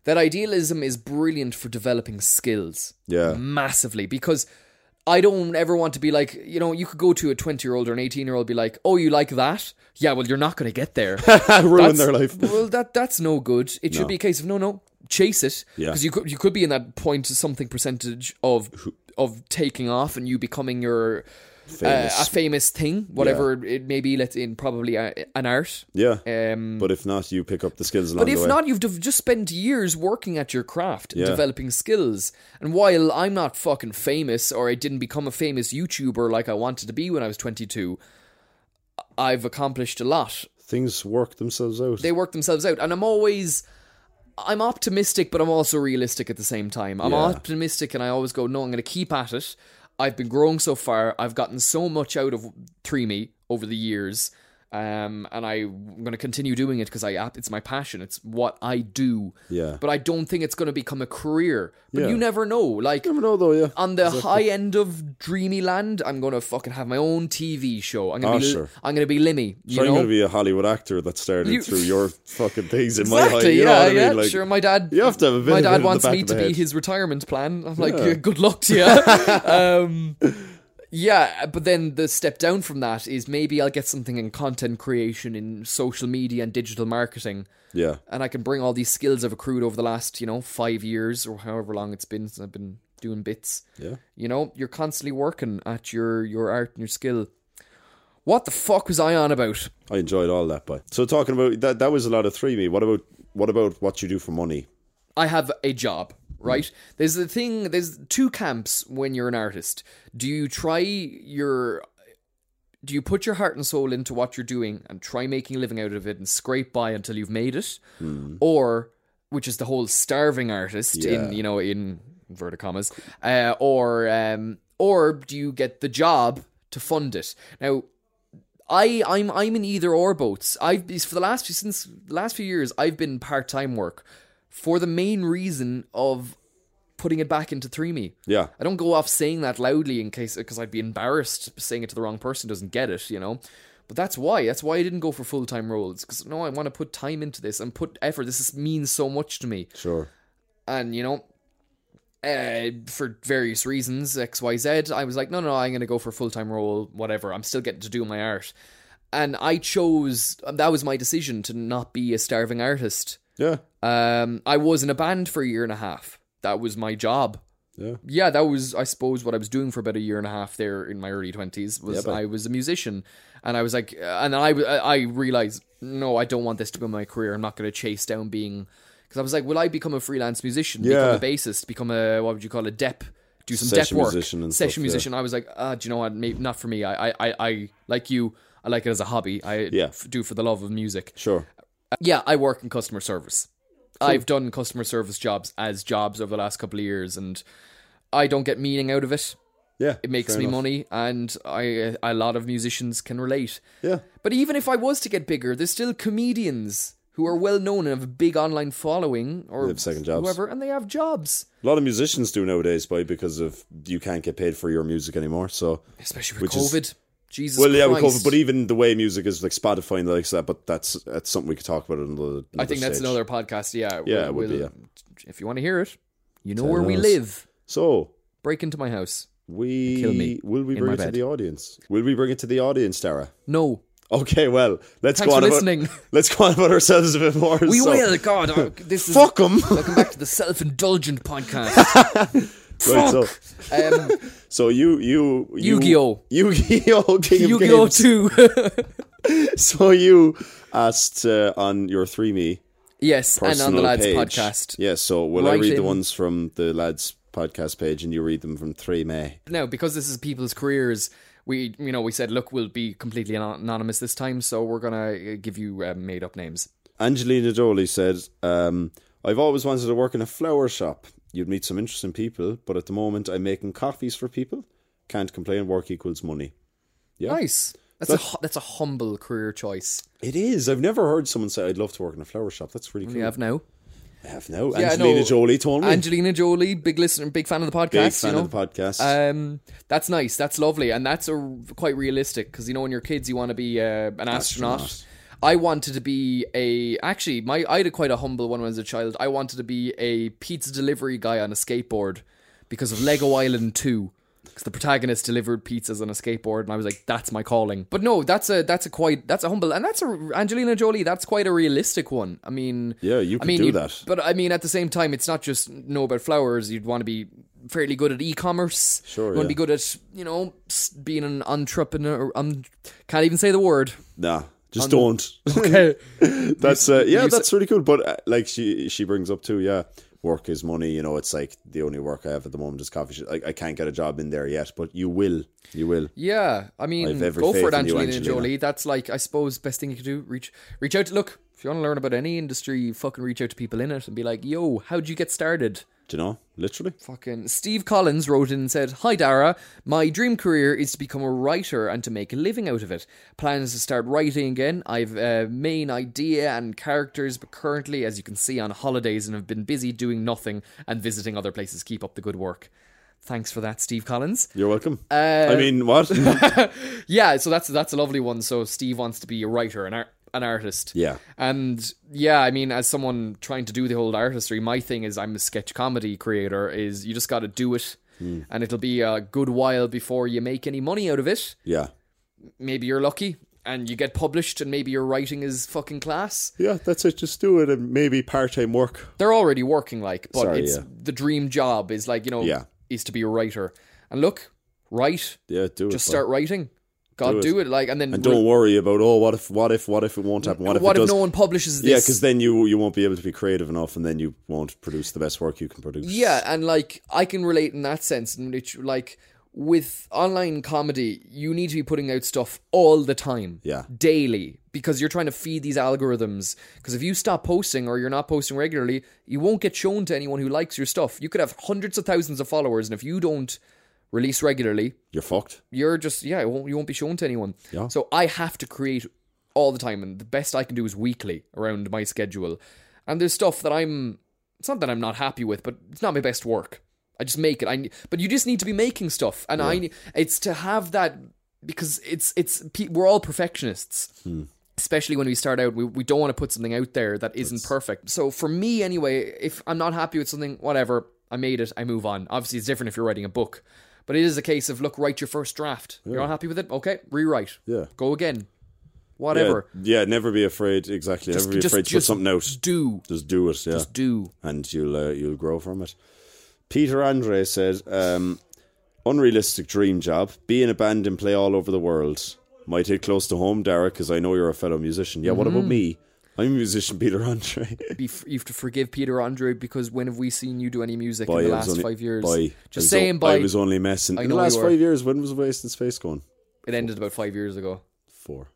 Speaker 1: that idealism is brilliant for developing skills.
Speaker 2: yeah,
Speaker 1: massively because I don't ever want to be like, you know, you could go to a 20 year old or an 18 year old be like, oh, you like that? Yeah, well, you're not going to get there.
Speaker 2: ruined
Speaker 1: Mm-hmm. That's-
Speaker 2: their life.
Speaker 1: well, that that's no good. It should be a case of no, no, chase it.
Speaker 2: Yeah.
Speaker 1: Because you could you could be in that point something percentage of of taking off and you becoming your uh,
Speaker 2: Famous.
Speaker 1: a famous thing, whatever it may be. Let's in probably a, an art.
Speaker 2: Yeah,
Speaker 1: Um,
Speaker 2: but if not, you pick up the skills along
Speaker 1: but
Speaker 2: the
Speaker 1: if
Speaker 2: way.
Speaker 1: not, you've dev- just spent years working at your craft, and
Speaker 2: Yeah.
Speaker 1: developing skills. And while I'm not fucking famous, or I didn't become a famous YouTuber like I wanted to be when I was 22, I've accomplished a lot.
Speaker 2: Things work themselves out.
Speaker 1: They work themselves out, and I'm always. I'm optimistic, but I'm also realistic at the same time. I'm
Speaker 2: Yeah.
Speaker 1: optimistic, and I always go, "No, I'm going to keep at it." I've been growing so far. I've gotten so much out of Three Me over the years, um, and I'm going to continue doing it because I ab- it's my passion. It's what I do.
Speaker 2: Yeah.
Speaker 1: But I don't think it's going to become a career. But
Speaker 2: Yeah.
Speaker 1: you never know. Like
Speaker 2: never know though. Yeah,
Speaker 1: on the high end of dreamy land, I'm going to fucking have my own TV show. I'm going to
Speaker 2: Oh,
Speaker 1: be.
Speaker 2: sure.
Speaker 1: I'm going to be Limmy. You
Speaker 2: I'm
Speaker 1: know.
Speaker 2: going to be a Hollywood actor that started
Speaker 1: You-
Speaker 2: through your fucking things in my life.
Speaker 1: Exactly.
Speaker 2: You know
Speaker 1: yeah.
Speaker 2: what I mean?
Speaker 1: yeah.
Speaker 2: Like,
Speaker 1: sure. My dad.
Speaker 2: You have to have a bit
Speaker 1: my
Speaker 2: of it
Speaker 1: dad
Speaker 2: in the
Speaker 1: wants
Speaker 2: back
Speaker 1: me
Speaker 2: of the
Speaker 1: to be
Speaker 2: head.
Speaker 1: his retirement plan. I'm like,
Speaker 2: Yeah.
Speaker 1: yeah. good luck to you. um, yeah, but then the step down from that is maybe I'll get something in content creation, in social media and digital marketing,
Speaker 2: Yeah,
Speaker 1: and I can bring all these skills I've accrued over the last, you know, five years or however long it's been since I've been doing bits.
Speaker 2: yeah.
Speaker 1: You know, you're constantly working at your your art and your skill. What the fuck was I on about?
Speaker 2: I enjoyed all that. But so talking about that, that was a lot of three me. What about what about what you do for money?
Speaker 1: I have a job, right? There's the thing, there's two camps when you're an artist. Do you try your do you put your heart and soul into what you're doing and try making a living out of it and scrape by until you've made it? Or which is the whole starving artist
Speaker 2: Yeah.
Speaker 1: in, you know, in inverted commas. Uh, or um or do you get the job to fund it? Now I I'm I'm in either or boats. I've for the last few since the last few years I've been part time work for the main reason of putting it back into three me.
Speaker 2: Yeah,
Speaker 1: I don't go off saying that loudly in case because I'd be embarrassed saying it to the wrong person doesn't get it, you know. But that's why. That's why I didn't go for full time roles because no, I want to put time into this and put effort. This is, means so much to me,
Speaker 2: sure.
Speaker 1: and you know. Uh, for various reasons, X, Y, Z, I was like, no, no, I'm gonna go for full time role, whatever. I'm still getting to do my art, and I chose that was my decision to not be a starving artist.
Speaker 2: Yeah,
Speaker 1: Um, I was in a band for a year and a half. That was my job.
Speaker 2: yeah,
Speaker 1: Yeah, that was, I suppose, what I was doing for about a year and a half there in my early twenties. Was
Speaker 2: but-
Speaker 1: I was a musician, and I was like, uh, and I I I realized, no, I don't want this to be my career. I'm not going to chase down being, because I was like, will I become a freelance musician,
Speaker 2: Yeah.
Speaker 1: become a bassist, become a what would you call a dep, do some
Speaker 2: Session
Speaker 1: dep work,
Speaker 2: musician and
Speaker 1: session
Speaker 2: stuff, yeah.
Speaker 1: musician. I was like, ah, do you know what? Maybe not for me. I I I, I like you. I like it as a hobby. I
Speaker 2: Yeah.
Speaker 1: f- do for the love of music.
Speaker 2: sure.
Speaker 1: Yeah, I work in customer service. I've done customer service jobs as jobs over the last couple of years, and I don't get meaning out of it.
Speaker 2: Yeah,
Speaker 1: It makes
Speaker 2: fair
Speaker 1: me
Speaker 2: enough.
Speaker 1: money, and I a lot of musicians can relate.
Speaker 2: Yeah,
Speaker 1: But even if I was to get bigger, there's still comedians who are well known and have a big online following, or
Speaker 2: have second jobs.
Speaker 1: whoever, and they have jobs.
Speaker 2: a lot of musicians do nowadays, boy, because of you can't get paid for your music anymore. So
Speaker 1: Especially with
Speaker 2: Which is-
Speaker 1: COVID. Jesus
Speaker 2: Well, yeah, we
Speaker 1: Christ.
Speaker 2: cover, but even the way music is like Spotify and the likes of that, but that's that's something we could talk about in the.
Speaker 1: I think that's another podcast. Yeah,
Speaker 2: Yeah, it would be,
Speaker 1: If you want to hear it, you know where we
Speaker 2: us.
Speaker 1: live.
Speaker 2: So
Speaker 1: Break into my house.
Speaker 2: we
Speaker 1: Kill me
Speaker 2: will we
Speaker 1: in
Speaker 2: bring
Speaker 1: my
Speaker 2: it to
Speaker 1: bed.
Speaker 2: the audience? Will we bring it to the audience, Tara?
Speaker 1: No,
Speaker 2: Okay, well, let's
Speaker 1: Thanks
Speaker 2: go on
Speaker 1: for
Speaker 2: about
Speaker 1: listening.
Speaker 2: let's go on about ourselves a bit more.
Speaker 1: we
Speaker 2: so.
Speaker 1: will. God, I- this is
Speaker 2: Fuck them.
Speaker 1: Welcome back to the self indulgent podcast.
Speaker 2: Right, so
Speaker 1: Um,
Speaker 2: so you you, you
Speaker 1: Yu-Gi-Oh.
Speaker 2: Yu-Gi-Oh King of
Speaker 1: Yu-Gi-Oh!
Speaker 2: Games.
Speaker 1: Two.
Speaker 2: So you asked uh, on your three me
Speaker 1: yes, and on the lads
Speaker 2: page.
Speaker 1: podcast.
Speaker 2: Yeah, so will I
Speaker 1: Write
Speaker 2: read the
Speaker 1: in.
Speaker 2: ones from the lads podcast page and you read them from three May?
Speaker 1: Now, because this is people's careers, we you know we said look, we'll be completely anon- anonymous this time, so we're gonna uh, give you uh, made up names.
Speaker 2: Angelina Jolie said, um, I've always wanted to work in a flower shop. You'd meet some interesting people, but at the moment I'm making coffees for people. Can't complain, work equals money.
Speaker 1: Nice. That's a hu- that's a humble career choice.
Speaker 2: It is. I've never heard someone say I'd love to work in a flower shop. That's really cool.
Speaker 1: We have now.
Speaker 2: I have no.
Speaker 1: Yeah,
Speaker 2: Angelina
Speaker 1: no.
Speaker 2: Jolie told me.
Speaker 1: Angelina Jolie, big listener, big fan of the podcast.
Speaker 2: Big fan
Speaker 1: you know?
Speaker 2: of the podcast.
Speaker 1: Um, that's nice. That's lovely, and that's a r- quite realistic because you know when you're kids, you want to be uh, an astronaut.
Speaker 2: Astronaut.
Speaker 1: I wanted to be a actually my I had a quite a humble one when I was a child. I wanted to be a pizza delivery guy on a skateboard because of Lego Island Two. Because the protagonist delivered pizzas on a skateboard, and I was like, "That's my calling." But no, that's a that's a quite that's a humble and that's a Angelina Jolie. That's quite a realistic one. I mean,
Speaker 2: Yeah, you
Speaker 1: I
Speaker 2: could
Speaker 1: mean,
Speaker 2: do
Speaker 1: you-
Speaker 2: that.
Speaker 1: But I mean, at the same time, it's not just know about flowers. You'd want to be fairly good at e-commerce.
Speaker 2: Sure,
Speaker 1: You want to
Speaker 2: yeah.
Speaker 1: be good at you know s- being an entrepreneur. Um, can't even say the word.
Speaker 2: nah, just don't.
Speaker 1: Okay.
Speaker 2: that's uh, yeah,
Speaker 1: you
Speaker 2: that's really cool. But uh, like she she brings up too, yeah, work is money. You know, it's like the only work I have at the moment is coffee. shop. I, I can't get a job in there yet, but you will, you will.
Speaker 1: yeah, I mean,
Speaker 2: I've every
Speaker 1: go for it,
Speaker 2: faith in you,
Speaker 1: Angelina,
Speaker 2: Angelina.
Speaker 1: Jolie. That's like I suppose best thing you could do. Reach reach out. Look, if you want to learn about any industry, fucking reach out to people in it and be like, "Yo, how'd you get started?"
Speaker 2: Do you know? Literally.
Speaker 1: Fucking Steve Collins wrote in and said, Hi Dara, my dream career is to become a writer and to make a living out of it. Plans to start writing again. I've a main idea and characters, but currently, as you can see, on holidays and have been busy doing nothing and visiting other places. Keep up the good work. Thanks for that, Steve Collins.
Speaker 2: You're welcome. I mean, what?
Speaker 1: Yeah, so that's that's a lovely one. So Steve wants to be a writer, an art, an artist.
Speaker 2: yeah.
Speaker 1: And yeah, I mean, as someone trying to do the whole artistry, my thing is I'm a sketch comedy creator. Is you just got to do it,
Speaker 2: Hmm.
Speaker 1: and it'll be a good while before you make any money out of it.
Speaker 2: Yeah.
Speaker 1: Maybe you're lucky and you get published, and maybe your writing is fucking class.
Speaker 2: Yeah, that's it. Just do it and maybe part time work.
Speaker 1: They're already working like, but
Speaker 2: Sorry,
Speaker 1: it's
Speaker 2: yeah.
Speaker 1: the dream job is like you know
Speaker 2: Yeah.
Speaker 1: is to be a writer. And look, write,
Speaker 2: Yeah, do it.
Speaker 1: just
Speaker 2: bud.
Speaker 1: start writing. God, do it.
Speaker 2: it.
Speaker 1: like, and then
Speaker 2: And
Speaker 1: re-
Speaker 2: don't worry about oh, what if, what if, what if it won't happen? What if
Speaker 1: what
Speaker 2: it
Speaker 1: if
Speaker 2: does?
Speaker 1: no one publishes this?
Speaker 2: yeah, because then you you won't be able to be creative enough, and then you won't produce the best work you can produce.
Speaker 1: Yeah, and like I can relate in that sense, in which like with online comedy, you need to be putting out stuff all the time,
Speaker 2: Yeah.
Speaker 1: daily, because you're trying to feed these algorithms. Because if you stop posting or you're not posting regularly, you won't get shown to anyone who likes your stuff. You could have hundreds of thousands of followers, and if you don't release regularly,
Speaker 2: You're fucked.
Speaker 1: you're just yeah, it won't, you won't be shown to anyone.
Speaker 2: Yeah.
Speaker 1: So I have to create all the time, and the best I can do is weekly around my schedule. And there's stuff that I'm. It's not that I'm not happy with, but it's not my best work. I just make it. I ne- but you just need to be making stuff, and I ne- it's to have that because it's it's pe- we're all perfectionists especially when we start out, we, we don't want to put something out there that isn't perfect. So for me, anyway, if I'm not happy with something, whatever, I made it, I move on. Obviously, it's different if you're writing a book, but it is a case of look, write your first draft. You're not happy with it, okay, rewrite.
Speaker 2: Yeah.
Speaker 1: go again, whatever.
Speaker 2: Yeah, yeah, never be afraid. Exactly, never be
Speaker 1: just-
Speaker 2: afraid to
Speaker 1: just
Speaker 2: put something out.
Speaker 1: Do
Speaker 2: Just do it. Yeah,
Speaker 1: do.
Speaker 2: and you'll uh, you'll grow from it. Peter Andre said, um, "Unrealistic dream job: be in a band and play all over the world. Might hit close to home, Derek, because I know you're a fellow musician. Yeah, what
Speaker 1: Mm-hmm.
Speaker 2: about me? I'm a musician, Peter Andre.
Speaker 1: Be f- you have to forgive Peter Andre because when have we seen you do any music in
Speaker 2: I
Speaker 1: the
Speaker 2: was
Speaker 1: last
Speaker 2: only-
Speaker 1: five years?
Speaker 2: boy, I
Speaker 1: Just
Speaker 2: was o-
Speaker 1: saying, by
Speaker 2: I was only messing. In the
Speaker 1: know you
Speaker 2: last
Speaker 1: were.
Speaker 2: five years, when was Waste in Space gone?
Speaker 1: it ended about five years ago.
Speaker 2: Four.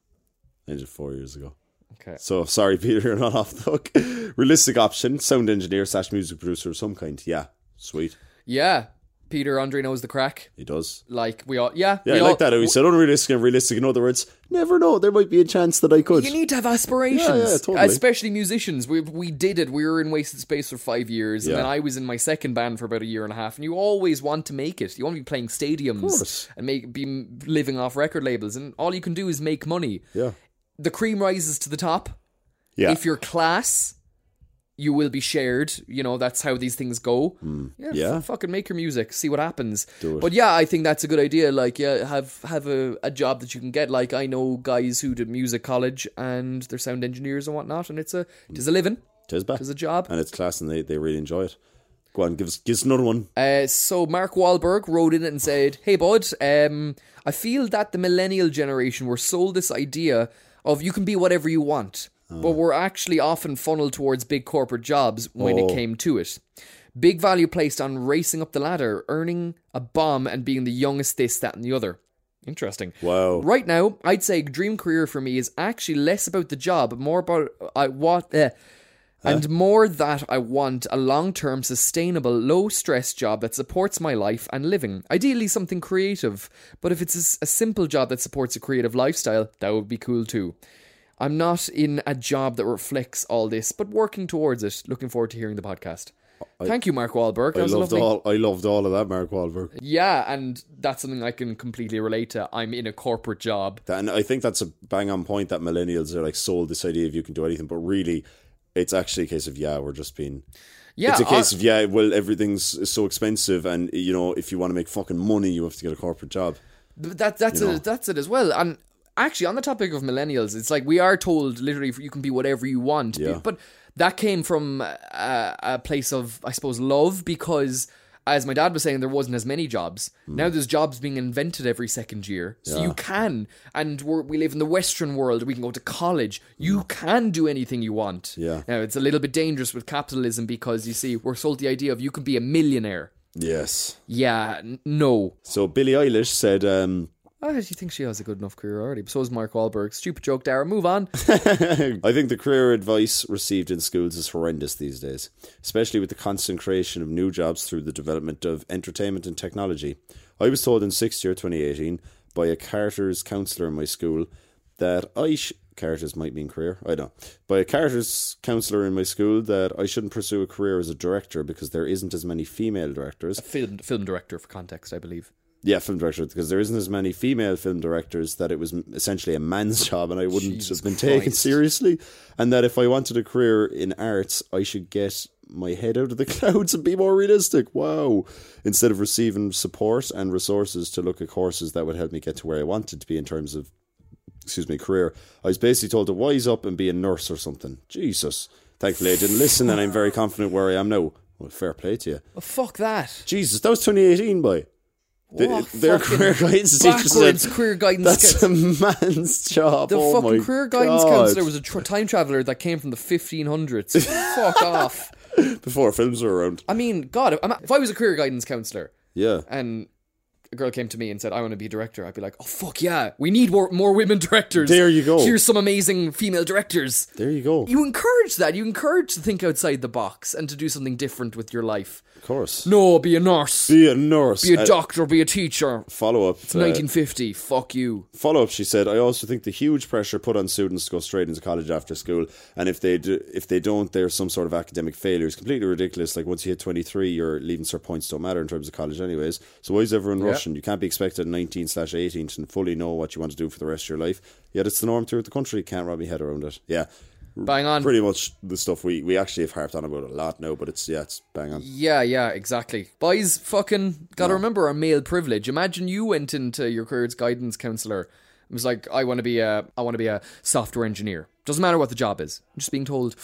Speaker 2: Ended four years ago.
Speaker 1: Okay.
Speaker 2: So sorry, Peter, you're not off the hook. Realistic option: sound engineer slash music producer of some kind. Yeah, sweet.
Speaker 1: Yeah, Peter Andre knows the crack.
Speaker 2: He does.
Speaker 1: Like we all, yeah,
Speaker 2: Yeah,
Speaker 1: we
Speaker 2: I like
Speaker 1: all,
Speaker 2: that. How he said unrealistic and realistic. In other words, never know. There might be a chance that I could.
Speaker 1: You need to have aspirations,
Speaker 2: Yeah, yeah, totally.
Speaker 1: especially musicians. We we did it. We were in Wasted Space for five years, and
Speaker 2: Yeah.
Speaker 1: then I was in my second band for about a year and a half. And you always want to make it. You want to be playing stadiums
Speaker 2: course.
Speaker 1: and make be m- living off record labels, and all you can do is make money.
Speaker 2: yeah,
Speaker 1: The cream rises to the top.
Speaker 2: yeah.
Speaker 1: If you're class, you will be shared. You know that's how these things go. Yeah,
Speaker 2: Mm. Yeah.
Speaker 1: f- fucking make your music, see what happens.
Speaker 2: Do it.
Speaker 1: But yeah, I think that's a good idea. Like, yeah, have have a, a job that you can get. Like, I know guys who did music college and they're sound engineers and whatnot, and it's a it is a living,
Speaker 2: Tis back.
Speaker 1: it is a job.
Speaker 2: and it's class, and they, they really enjoy it. Go on, give us, give us another one.
Speaker 1: Uh, so Mark Wahlberg wrote in and said, "Hey bud, um, I feel that the millennial generation were sold this idea of you can be whatever you want, but were actually often funneled towards big corporate jobs when
Speaker 2: Oh.
Speaker 1: it came to it. Big value placed on racing up the ladder, earning a bomb, and being the youngest this, that, and the other." Interesting.
Speaker 2: Wow.
Speaker 1: Right now, I'd say dream career for me is actually less about the job, more about I what uh, and more that I want a long-term sustainable low-stress job that supports my life and living. Ideally something creative, but if it's a s- a simple job that supports a creative lifestyle, that would be cool too. I'm not in a job that reflects all this, but working towards it. Looking forward to hearing the podcast. Thank you, Mark Wahlberg. That
Speaker 2: I
Speaker 1: was a
Speaker 2: loved
Speaker 1: lovely.
Speaker 2: all. I loved all of that, Mark Wahlberg.
Speaker 1: Yeah, and that's something I can completely relate to. I'm in a corporate job.
Speaker 2: And I think that's a bang on point that millennials are like sold this idea of you can do anything, but really, it's actually a case of yeah, we're just being.
Speaker 1: Yeah, uh,
Speaker 2: it's a
Speaker 1: I-
Speaker 2: case of yeah, well, everything's so expensive, and you know, if you want to make fucking money, you have to get a corporate job.
Speaker 1: But that that's it. That's it as well. And actually, on the topic of millennials, it's like we are told literally you can be whatever you want. Be-
Speaker 2: Yeah.
Speaker 1: But that came from a, a place of, I suppose, love because. As my dad was saying, there wasn't as many jobs.
Speaker 2: Hmm.
Speaker 1: Now there's jobs being invented every second year, so you can. And we're, we live in the Western world. We can go to college. You can do anything you want.
Speaker 2: Hmm. Yeah.
Speaker 1: Now it's a little bit dangerous with capitalism because you see we're sold the idea of you can be a millionaire.
Speaker 2: Yes.
Speaker 1: Yeah. n- no.
Speaker 2: So Billie Eilish said, um,
Speaker 1: Oh, do you think she has a good enough career already? So is Mark Wahlberg. Stupid joke, Dara. Move on.
Speaker 2: I think the career advice received in schools is horrendous these days, especially with the constant creation of new jobs through the development of entertainment and technology. I was told in sixth year 2018 by a Carter's counsellor in my school that I sh- Carter's might mean career, I know. By a Carter's counsellor in my school that I shouldn't pursue a career as a director because there isn't as many female directors.
Speaker 1: film film director for context, I believe.
Speaker 2: Yeah, film director because there isn't as many female film directors that it was m- essentially a man's job, and I wouldn't have been taken
Speaker 1: Christ.
Speaker 2: seriously. And that if I wanted a career in arts, I should get my head out of the clouds and be more realistic. Wow! Instead of receiving support and resources to look at courses that would help me get to where I wanted to be in terms of, excuse me, career, I was basically told to wise up and be a nurse or something. Jesus! Thankfully, I didn't listen, and I'm very confident where I am now. Well, fair play to you.
Speaker 1: Oh, fuck that.
Speaker 2: Jesus, that was 2018, boy. The-
Speaker 1: What
Speaker 2: their
Speaker 1: fucking
Speaker 2: career guidance teacher
Speaker 1: Backwards
Speaker 2: said,
Speaker 1: career guidance.
Speaker 2: "That's
Speaker 1: Ca-
Speaker 2: a man's job."
Speaker 1: the
Speaker 2: oh
Speaker 1: fucking
Speaker 2: my
Speaker 1: career guidance
Speaker 2: God.
Speaker 1: counselor was a tr time traveler that came from the 1500s. fuck off.
Speaker 2: before films were around.
Speaker 1: I mean, God, if- if I was a career guidance counselor
Speaker 2: Yeah,
Speaker 1: and a girl came to me and said, I want to be a director, I'd be like, oh, fuck yeah. We need more, more women directors.
Speaker 2: There you go.
Speaker 1: Here's some amazing female directors.
Speaker 2: there you go.
Speaker 1: You encourage that. You encourage to think outside the box and to do something different with your life.
Speaker 2: Of course,
Speaker 1: No, be a nurse,
Speaker 2: be a nurse.
Speaker 1: be a doctor, be a teacher.
Speaker 2: Uh, follow up. Uh,
Speaker 1: 1950, fuck you.
Speaker 2: follow up. She said, "I also think the huge pressure put on students to go straight into college after school, and if they do, if they don't, there's some sort of academic failure. It's completely ridiculous. Like once you hit 23, you're leaving cert points don't matter in terms of college, anyways. So why is everyone rushing? You can't be expected at 19 slash 18 to fully know what you want to do for the rest of your life. Yet it's the norm throughout the country. Can't wrap my head around it. Yeah."
Speaker 1: Bang on.
Speaker 2: Pretty much the stuff we, we actually have harped on about a lot now, but it's yeah, it's bang on.
Speaker 1: Yeah, yeah, exactly. Boys, fucking gotta remember our male privilege. Imagine you went into your career's guidance counselor. It was like, I want to be a, I want to be a software engineer. Doesn't matter what the job is. I'm just being told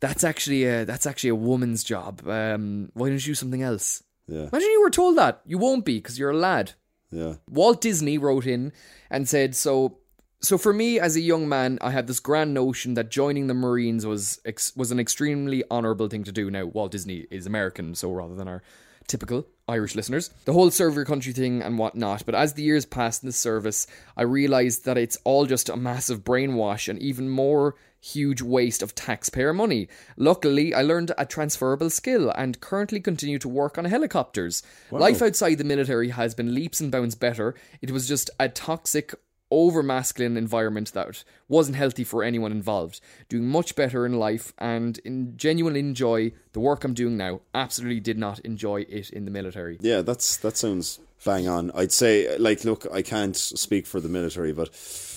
Speaker 1: that's actually a, that's actually a woman's job. Um, why don't you do something else?
Speaker 2: Yeah.
Speaker 1: Imagine you were told that. You won't be because you're a lad.
Speaker 2: Yeah.
Speaker 1: Walt Disney wrote in and said, "So, so for me as a young man, I had this grand notion that joining the Marines was ex- was an extremely honourable thing to do." Now, Walt Disney is American, so rather than our typical Irish listeners, the whole serve your country thing and whatnot. But as the years passed in the service, I realised that it's all just a massive brainwash and even more huge waste of taxpayer money. Luckily, I learned a transferable skill and currently continue to work on helicopters. Life outside the military has been leaps and bounds better. It was just a toxic over masculine environment that wasn't healthy for anyone involved. Doing much better in life and in genuinely enjoy the work I'm doing now. Absolutely did not enjoy it in the military.
Speaker 2: Yeah, that's that sounds bang on. I'd say, like, look, I can't speak for the military, but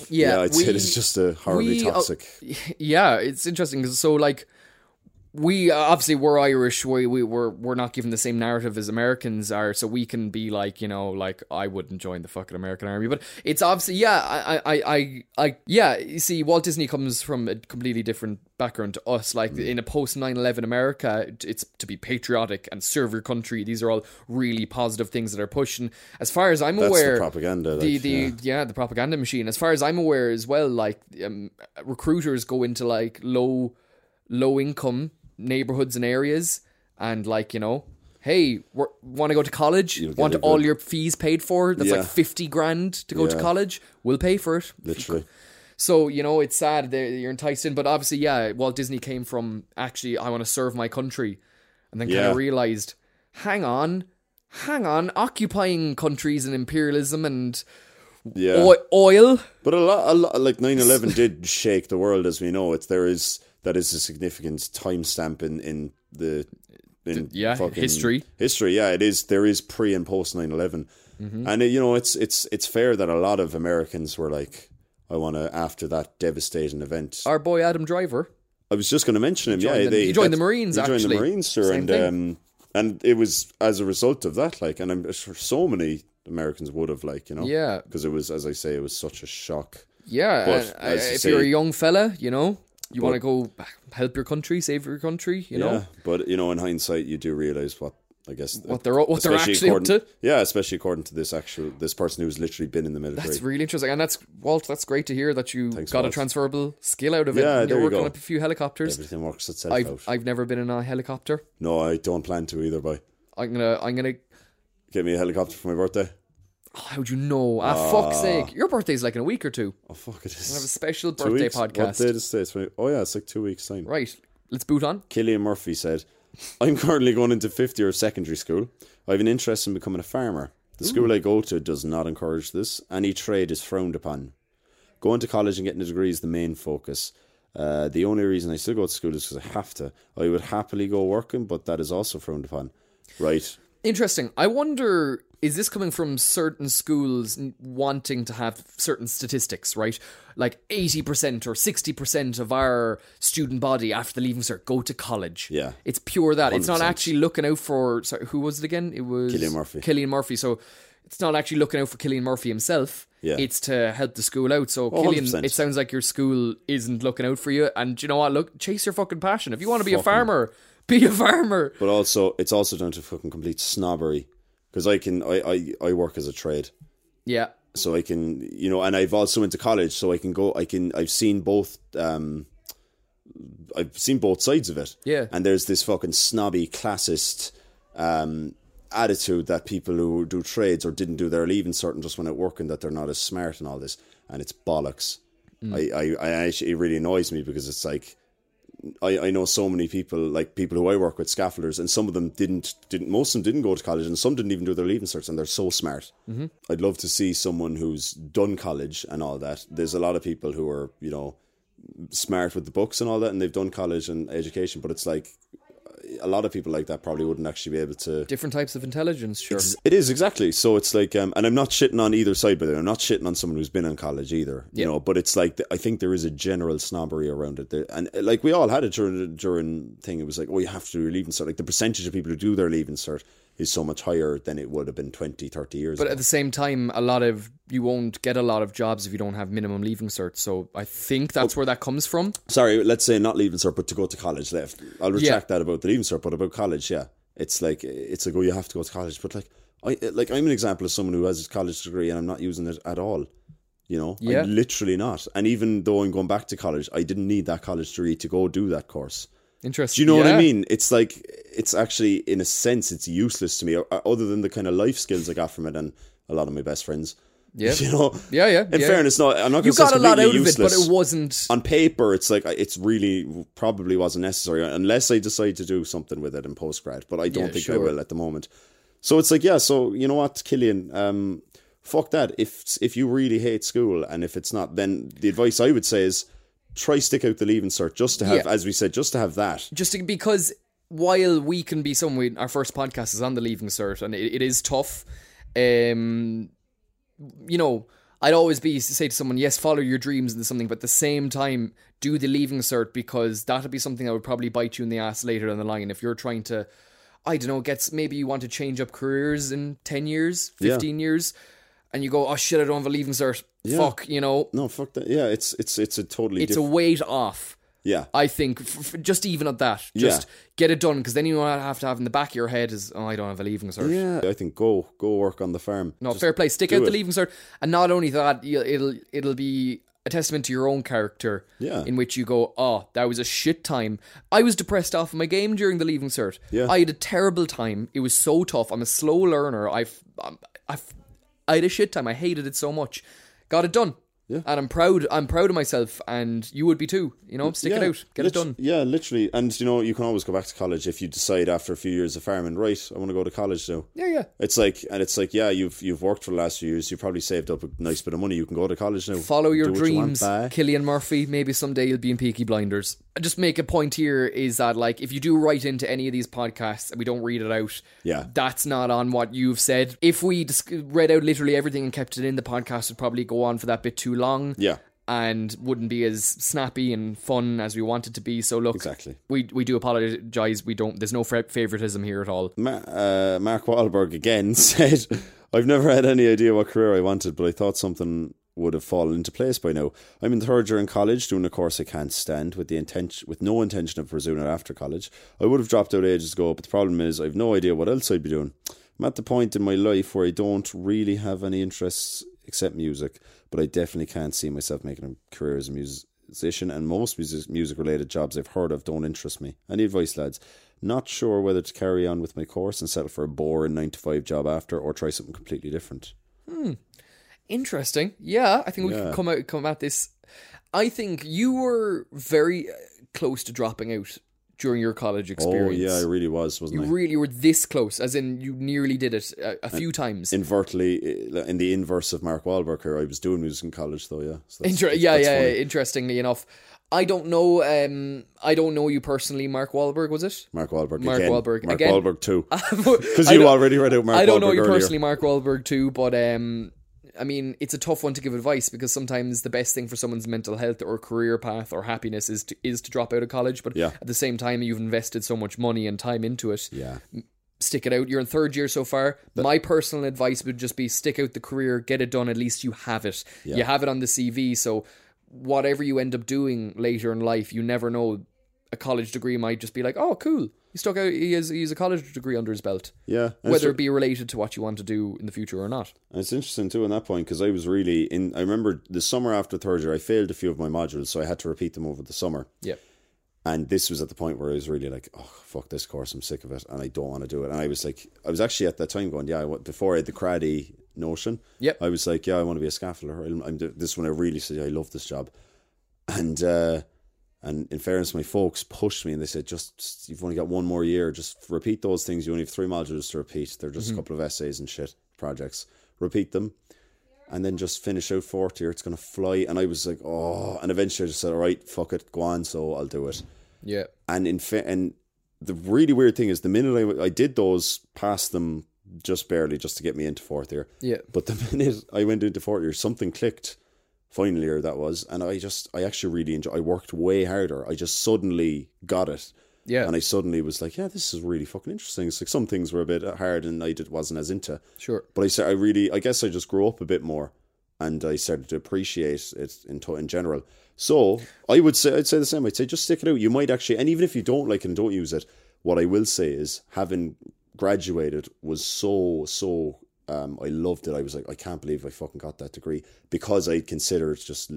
Speaker 2: yeah,
Speaker 1: Yeah,
Speaker 2: I'd say
Speaker 1: we-
Speaker 2: it's just a horribly
Speaker 1: we- uh,
Speaker 2: toxic.
Speaker 1: Yeah, it's interesting 'cause so like we uh, obviously we're Irish. We we we're, we're not given the same narrative as Americans are, so we can be like you know like I wouldn't join the fucking American army, but it's obviously yeah I I I, I, I yeah you see Walt Disney comes from a completely different background to us. Like
Speaker 2: Mm.
Speaker 1: in a post 9-11 America, it's to be patriotic and serve your country. These are all really positive things that are pushing. As far as I'm
Speaker 2: That's
Speaker 1: aware,
Speaker 2: the propaganda. Like,
Speaker 1: the the
Speaker 2: yeah.
Speaker 1: yeah. the propaganda machine. As far as I'm aware, as well, like um, recruiters go into like low low income neighborhoods and areas, and like you know, hey, want to go to college?
Speaker 2: You'll get
Speaker 1: want
Speaker 2: a
Speaker 1: all
Speaker 2: good-
Speaker 1: your fees paid for? That's
Speaker 2: Yeah.
Speaker 1: like fifty grand to go to
Speaker 2: Yeah.
Speaker 1: college. We'll pay for it.
Speaker 2: literally.
Speaker 1: So you know, it's sad that you're enticed in, but obviously, yeah, Walt Disney came from actually, I want to serve my country, and then kind
Speaker 2: Yeah.
Speaker 1: of realized, hang on. Hang on, occupying countries and imperialism and
Speaker 2: Yeah.
Speaker 1: Oi- oil.
Speaker 2: But a lot, a lot like 9 11 did shake the world as we know it. There is that is a significant timestamp in in the in
Speaker 1: yeah,
Speaker 2: fucking
Speaker 1: history.
Speaker 2: History, yeah, it is. There is pre and post 9 11,
Speaker 1: Mm-hmm.
Speaker 2: and uh, you know it's it's it's fair that a lot of Americans were like, I want to after that devastating event.
Speaker 1: Our boy Adam Driver.
Speaker 2: I was just going to mention him.
Speaker 1: joined
Speaker 2: yeah,
Speaker 1: the-
Speaker 2: they
Speaker 1: he joined the
Speaker 2: that's-
Speaker 1: Marines,
Speaker 2: He joined
Speaker 1: actually.
Speaker 2: the Marines, sir,
Speaker 1: Same
Speaker 2: and
Speaker 1: thing.
Speaker 2: um, and it was as a result of that, like, and I'm sure so many Americans would have, like, you know,
Speaker 1: Yeah.
Speaker 2: because it was, as I say, it was such a shock.
Speaker 1: Yeah,
Speaker 2: But,
Speaker 1: uh,
Speaker 2: as you
Speaker 1: if
Speaker 2: say-
Speaker 1: you're a young fella, you know, you want to go help your country, save your country, you know.
Speaker 2: Yeah, but you know, in hindsight, you do realize what I guess
Speaker 1: What they're what they're actually up
Speaker 2: according,
Speaker 1: to.
Speaker 2: Yeah, especially according to this actual this person who's literally been in the military.
Speaker 1: It's really interesting, and that's Walt. That's great to hear that you got a
Speaker 2: Walt.
Speaker 1: transferable skill out of it.
Speaker 2: Yeah,
Speaker 1: and you're
Speaker 2: there you
Speaker 1: working
Speaker 2: go.
Speaker 1: up a few helicopters.
Speaker 2: Everything works itself out.
Speaker 1: I've I've never been in a helicopter.
Speaker 2: no, I don't plan to either. By
Speaker 1: I'm gonna I'm gonna.
Speaker 2: get me a helicopter for my birthday.
Speaker 1: Oh, how'd you know? Ah, fuck's sake! Your birthday's like in a week or two.
Speaker 2: Oh fuck, it
Speaker 1: I have a
Speaker 2: is.
Speaker 1: special
Speaker 2: Two
Speaker 1: birthday
Speaker 2: weeks. What
Speaker 1: podcast.
Speaker 2: day is it? Twenty- Oh yeah, it's like two weeks time.
Speaker 1: Right, let's boot on.
Speaker 2: Killian Murphy said, I'm currently going into fifth year of secondary school. I have an interest in becoming a farmer. The school I go to does not encourage this. Any trade is frowned upon. Going to college and getting a degree is the main focus. Uh, the only reason I still go to school is because I have to. I would happily go working, but that is also frowned upon. Right.
Speaker 1: Interesting. I wonder is this coming from certain schools n- wanting to have certain statistics, right? Like 80% or 60% of our student body after the leaving cert go to college.
Speaker 2: Yeah.
Speaker 1: It's pure that. It's not
Speaker 2: 100%.
Speaker 1: actually looking out for sorry, who was it again? It was
Speaker 2: Cillian Murphy.
Speaker 1: Killian Murphy. So it's not actually looking out for Killian Murphy himself.
Speaker 2: Yeah. Oh,
Speaker 1: It's to help the school out. So Killian,
Speaker 2: 100%.
Speaker 1: it sounds like your school isn't looking out for you. And you know what? Look, chase your fucking passion. If you want to be a farmer, be a farmer.
Speaker 2: But also, it's also down to fucking complete snobbery. Because I can, I, I, I work as a trade.
Speaker 1: Yeah.
Speaker 2: so I can you know, and I've also went to college, so I can go. I can I've seen both. um I've seen both sides of it.
Speaker 1: Yeah.
Speaker 2: and there's this fucking snobby classist um attitude that people who do trades or didn't do their leaving certain just went out working that they're not as smart and all this, and it's bollocks. I, I, I actually, it really annoys me because it's like I, I know so many people like people who I work with scaffolders and some of them didn't didn't most of them didn't go to college and some didn't even do their leaving certs and they're so smart. Mm-hmm. I'd love to see someone who's done college and all that. There's a lot of people who are you know smart with the books and all that and they've done college and education, but it's like a lot of people like that probably wouldn't actually be able to
Speaker 1: Different types of intelligence, sure.
Speaker 2: it is exactly. So it's like, um, and I'm not shitting on either side, but I'm not shitting on someone who's been in college either. You know, but it's like I think there is a general snobbery around it, there, and uh, like we all had it during during thing. It was like, oh, you have to do your leaving cert. Like the percentage of people who do their leaving cert is so much higher than it would have been 20, 30 years.
Speaker 1: But
Speaker 2: ago.
Speaker 1: at the same time, a lot of you won't get a lot of jobs if you don't have minimum leaving cert. So I think that's
Speaker 2: Oh.
Speaker 1: where that comes from.
Speaker 2: Sorry, let's say not leaving cert, but to go to college. Left, I'll retract that about the leaving cert, but about college, yeah, it's like it's like oh, you have to go to college, but like I like I'm an example of someone who has a college degree and I'm not using it at all. You know,
Speaker 1: Yeah.
Speaker 2: I'm literally not. And even though I'm going back to college, I didn't need that college degree to go do that course. Do
Speaker 1: Interesting.
Speaker 2: you know what
Speaker 1: Yeah.
Speaker 2: I mean? It's like it's actually in a sense it's useless to me, o- uh, other than the kind of life skills I got from it and a lot of my best friends.
Speaker 1: Yeah.
Speaker 2: you know.
Speaker 1: Yeah, yeah.
Speaker 2: In
Speaker 1: yeah.
Speaker 2: fairness, no, I'm not.
Speaker 1: you
Speaker 2: gonna say it's
Speaker 1: got a lot out
Speaker 2: completely
Speaker 1: of it, but
Speaker 2: useless
Speaker 1: it wasn't.
Speaker 2: on paper, it's like it's really probably wasn't necessary unless I decide to do something with it in post grad. But I don't
Speaker 1: Yeah,
Speaker 2: think I
Speaker 1: sure.
Speaker 2: will at the moment. So it's like, yeah. So you know what, Killian, um, fuck that. If if you really hate school and if it's not, then the advice I would say is try stick out the leaving cert just to have,
Speaker 1: Yeah.
Speaker 2: as we said, just to have that.
Speaker 1: Just to- because while we can be some, we, our first podcast is on the leaving cert, and it, it is tough. Um, you know, I'd always be to say to someone, yes, follow your dreams and something, but at the same time, do the leaving cert because that'll be something that would probably bite you in the ass later down the line if you're trying to, I don't know, get s- maybe you want to change up careers in ten years,
Speaker 2: Yeah.
Speaker 1: fifteen years, and you go, oh shit, I don't have a leaving cert. Fuck, you know,
Speaker 2: No, fuck that. Yeah, it's it's it's a totally
Speaker 1: it's a
Speaker 2: different.
Speaker 1: weight off.
Speaker 2: yeah,
Speaker 1: I think, f- f- just even at that, just get it done because then you don't have to have in the back of your head is, oh, I don't have a leaving cert.
Speaker 2: yeah. I think go go work on the farm.
Speaker 1: No,
Speaker 2: Just-
Speaker 1: fair play. Stick out
Speaker 2: do
Speaker 1: the
Speaker 2: it.
Speaker 1: leaving cert, and not only that, you'll- it'll it'll be a testament to your own character.
Speaker 2: Yeah.
Speaker 1: In which you go, oh, that was a shit time. I was depressed off my game during the leaving cert.
Speaker 2: Yeah.
Speaker 1: I had a terrible time. It was so tough. I'm a slow learner. I've, um, I've, I had a shit time. I hated it so much. Got it done.
Speaker 2: Yeah.
Speaker 1: And I'm proud. I'm proud of myself, and you would be too. You know, stick it out, get it
Speaker 2: lit-
Speaker 1: done.
Speaker 2: Yeah, literally. And you know, you can always go back to college if you decide after a few years of farming, right? I want to go to college now.
Speaker 1: Yeah, yeah.
Speaker 2: It's like, and it's like, yeah, you've you've worked for the last few years. You probably saved up a nice bit of money. You can go to college now.
Speaker 1: Follow your
Speaker 2: Do what you want,
Speaker 1: dreams,
Speaker 2: bye.
Speaker 1: Killian Murphy. Maybe someday you'll be in Peaky Blinders. I Just make a point here is that like if you do write into any of these podcasts and we don't read it out,
Speaker 2: Yeah.
Speaker 1: that's not on what you've said. If we dis- read out literally everything and kept it in, the podcast would probably go on for that bit too long,
Speaker 2: Yeah,
Speaker 1: and wouldn't be as snappy and fun as we want it to be. So look,
Speaker 2: exactly.
Speaker 1: we we do apologize. We don't. There's no fa- favoritism here at all.
Speaker 2: Ma- uh, Mark Wahlberg again said, I've never had any idea what career I wanted, but I thought something would have fallen into place by now. I'm in third year in college, doing a course I can't stand, with the intention, with no intention of pursuing it after college. I would have dropped out ages ago, but the problem is I've no idea what else I'd be doing. I'm at the point in my life where I don't really have any interests except music, but I definitely can't see myself making a career as a musician, and most music music related jobs I've heard of don't interest me. Any advice, lads? Not sure whether to carry on with my course and settle for a boring nine to five job after, or try something completely different.
Speaker 1: Interesting. Yeah, I think we could
Speaker 2: Yeah.
Speaker 1: come out come at this. I think you were very uh, close to dropping out during your college experience.
Speaker 2: Oh yeah, I really was, wasn't
Speaker 1: you
Speaker 2: I?
Speaker 1: really were this close, as in you nearly did it a, a
Speaker 2: Uh,
Speaker 1: few times.
Speaker 2: Invertly, uh, in the inverse of Mark Wahlberg here, I was doing music in college though. Yeah, so that's-
Speaker 1: Inter- yeah,
Speaker 2: that's
Speaker 1: yeah.
Speaker 2: funny.
Speaker 1: Interestingly enough, I don't know. Um, I don't know you personally, Mark Wahlberg. Was it?
Speaker 2: Mark Wahlberg,
Speaker 1: Mark
Speaker 2: again.
Speaker 1: Wahlberg
Speaker 2: Mark
Speaker 1: again.
Speaker 2: Wahlberg too, because
Speaker 1: Because
Speaker 2: you already read out Mark.
Speaker 1: I don't know
Speaker 2: Wahlberg
Speaker 1: you
Speaker 2: earlier.
Speaker 1: personally, Mark Wahlberg, too, but um, I mean, it's a tough one to give advice because sometimes the best thing for someone's mental health or career path or happiness is to is to drop out of college. But
Speaker 2: Yeah.
Speaker 1: at the same time, you've invested so much money and time into it.
Speaker 2: Yeah,
Speaker 1: Stick it out. You're in third year so far. My personal advice would just be stick out the career, get it done. At least you have it. You have it on the CV. So whatever you end up doing later in life, you never know. A college degree might just be like, oh, cool. He stuck out. He has, he has a college degree under his belt
Speaker 2: yeah. And it's
Speaker 1: whether it be related to what you want to do in the future or not.
Speaker 2: And it's interesting too on that point because I was really in. I remember the summer after third year, I failed a few of my modules, so I had to repeat them over the summer.
Speaker 1: Yeah.
Speaker 2: And this was at the point where I was really like, oh, fuck this course, I'm sick of it and I don't want to do it. And I was like, I was actually at that time going, yeah, I want, before I had the craddy notion,
Speaker 1: Yep.
Speaker 2: I was like, yeah, I want to be a scaffolder. I'm, I'm, do- this one, I really said, I love this job. And, uh, and in fairness, my folks pushed me and they said, just, just- you've only got one more year. Just repeat those things. You only have three modules to repeat. They're just a couple of essays and shit projects. Repeat them and then just finish out fourth year. It's going to fly. And I was like, oh. And eventually I just said, all right, fuck it, go on. So I'll do it.
Speaker 1: Yeah.
Speaker 2: And in fa- and the really weird thing is, the minute I, I did those, passed them just barely, just to get me into fourth year.
Speaker 1: Yeah.
Speaker 2: But the minute I went into fourth year, something clicked. Final year that was, and I just I actually really enjoyed. I worked way harder. I just suddenly got it.
Speaker 1: Yeah.
Speaker 2: And I suddenly was like, yeah, this is really fucking interesting. It's like some things were a bit hard and I did, wasn't as into.
Speaker 1: Sure.
Speaker 2: But I said I really I guess I just grew up a bit more, and I started to appreciate it in to- in general. So I would say I'd say the same. I'd say just stick it out. You might actually, and even if you don't like it and don't use it, what I will say is having graduated was so so. Um, I loved it. I was like, I can't believe I fucking got that degree because I considered just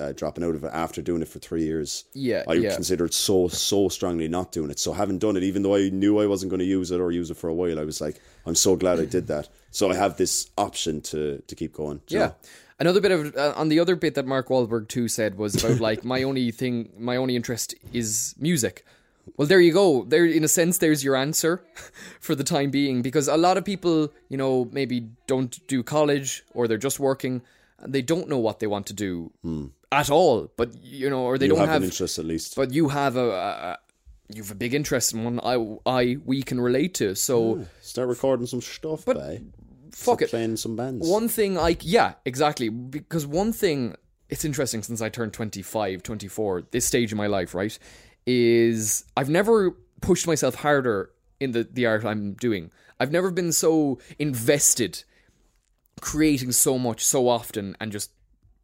Speaker 2: uh, dropping out of it after doing it for three years.
Speaker 1: Yeah,
Speaker 2: I
Speaker 1: yeah.
Speaker 2: considered so so strongly not doing it. So having done it, even though I knew I wasn't going to use it or use it for a while, I was like, I'm so glad I did that. So I have this option to to keep going. do you
Speaker 1: Yeah.
Speaker 2: know?
Speaker 1: Another bit of uh, on the other bit that Mark Wahlberg too said was about like my only thing, my only interest is music. Well, there you go. There, in a sense, there's your answer for the time being because a lot of people, you know, maybe don't do college or they're just working and they don't know what they want to do at all. But you know, or they
Speaker 2: Hmm. you
Speaker 1: don't
Speaker 2: have,
Speaker 1: have
Speaker 2: an interest at least.
Speaker 1: but you have a, a, a you have a big interest in one I I we can relate to. So.
Speaker 2: Start recording some stuff, but,
Speaker 1: fuck
Speaker 2: Start
Speaker 1: it.
Speaker 2: playing some bands.
Speaker 1: One thing I yeah, exactly, because one thing it's interesting since I turned 25, 24, this stage in my life, right, is I've never pushed myself harder in the the art I'm doing. I've never been so invested creating so much so often and just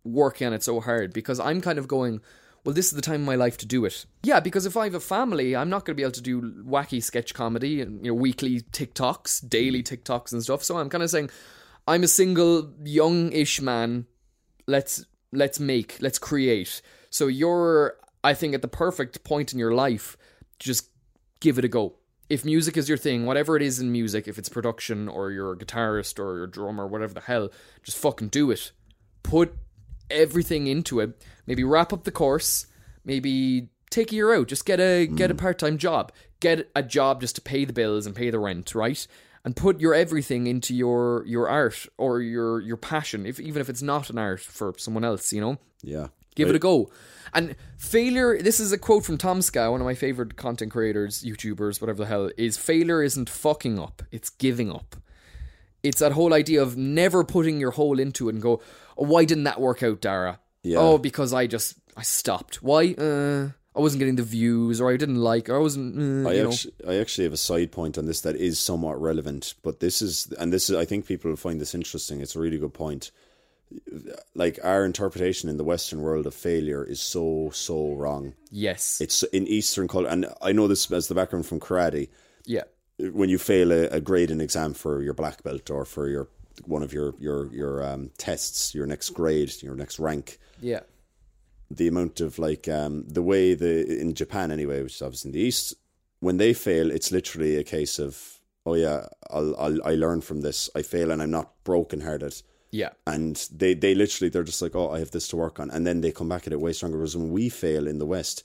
Speaker 1: working on it so hard because I'm kind of going, well, this is the time of my life to do it. Yeah, because if I have a family, I'm not going to be able to do wacky sketch comedy and you know weekly TikToks, daily TikToks and stuff. So I'm kind of saying, I'm a single young-ish man. Let's let's make let's create. So you're, I think, at the perfect point in your life to just give it a go. If music is your thing, whatever it is in music, if it's production or you're a guitarist or you're a drummer, whatever the hell, just fucking do it. Put everything into it. Maybe wrap up the course. Maybe take a year out. Just get a get a part time job. Get a job just to pay the bills and pay the rent, right? And put your everything into your your art or your your passion, if even if it's not an art for someone else, you know.
Speaker 2: yeah.
Speaker 1: Give it a go. And failure, this is a quote from Tom Ska, one of my favorite content creators, YouTubers, whatever the hell, is failure isn't fucking up, it's giving up. It's that whole idea of never putting your whole into it and go, oh, why didn't that work out, Dara?
Speaker 2: Yeah.
Speaker 1: Oh, because I just, I stopped. Why? Uh, I wasn't getting the views, or I didn't like, or I wasn't, uh,
Speaker 2: I
Speaker 1: you know.
Speaker 2: actually, I actually have a side point on this that is somewhat relevant, but this is, and this is, I think people will find this interesting. It's a really good point. Like our interpretation in the Western world of failure is so so wrong.
Speaker 1: yes.
Speaker 2: It's in Eastern culture, and I know this as the background from karate.
Speaker 1: yeah.
Speaker 2: When you fail a, a grade in exam for your black belt or for your one of your your your um, tests, your next grade, your next rank,
Speaker 1: Yeah.
Speaker 2: the amount of like um, the way the in Japan anyway, which is obviously in the East, when they fail, it's literally a case of oh yeah, I'll, I'll I learn from this. I fail and I'm not brokenhearted.
Speaker 1: Yeah.
Speaker 2: And they they literally they're just like oh I have this to work on, and then they come back at it way stronger. Whereas when we fail in the West,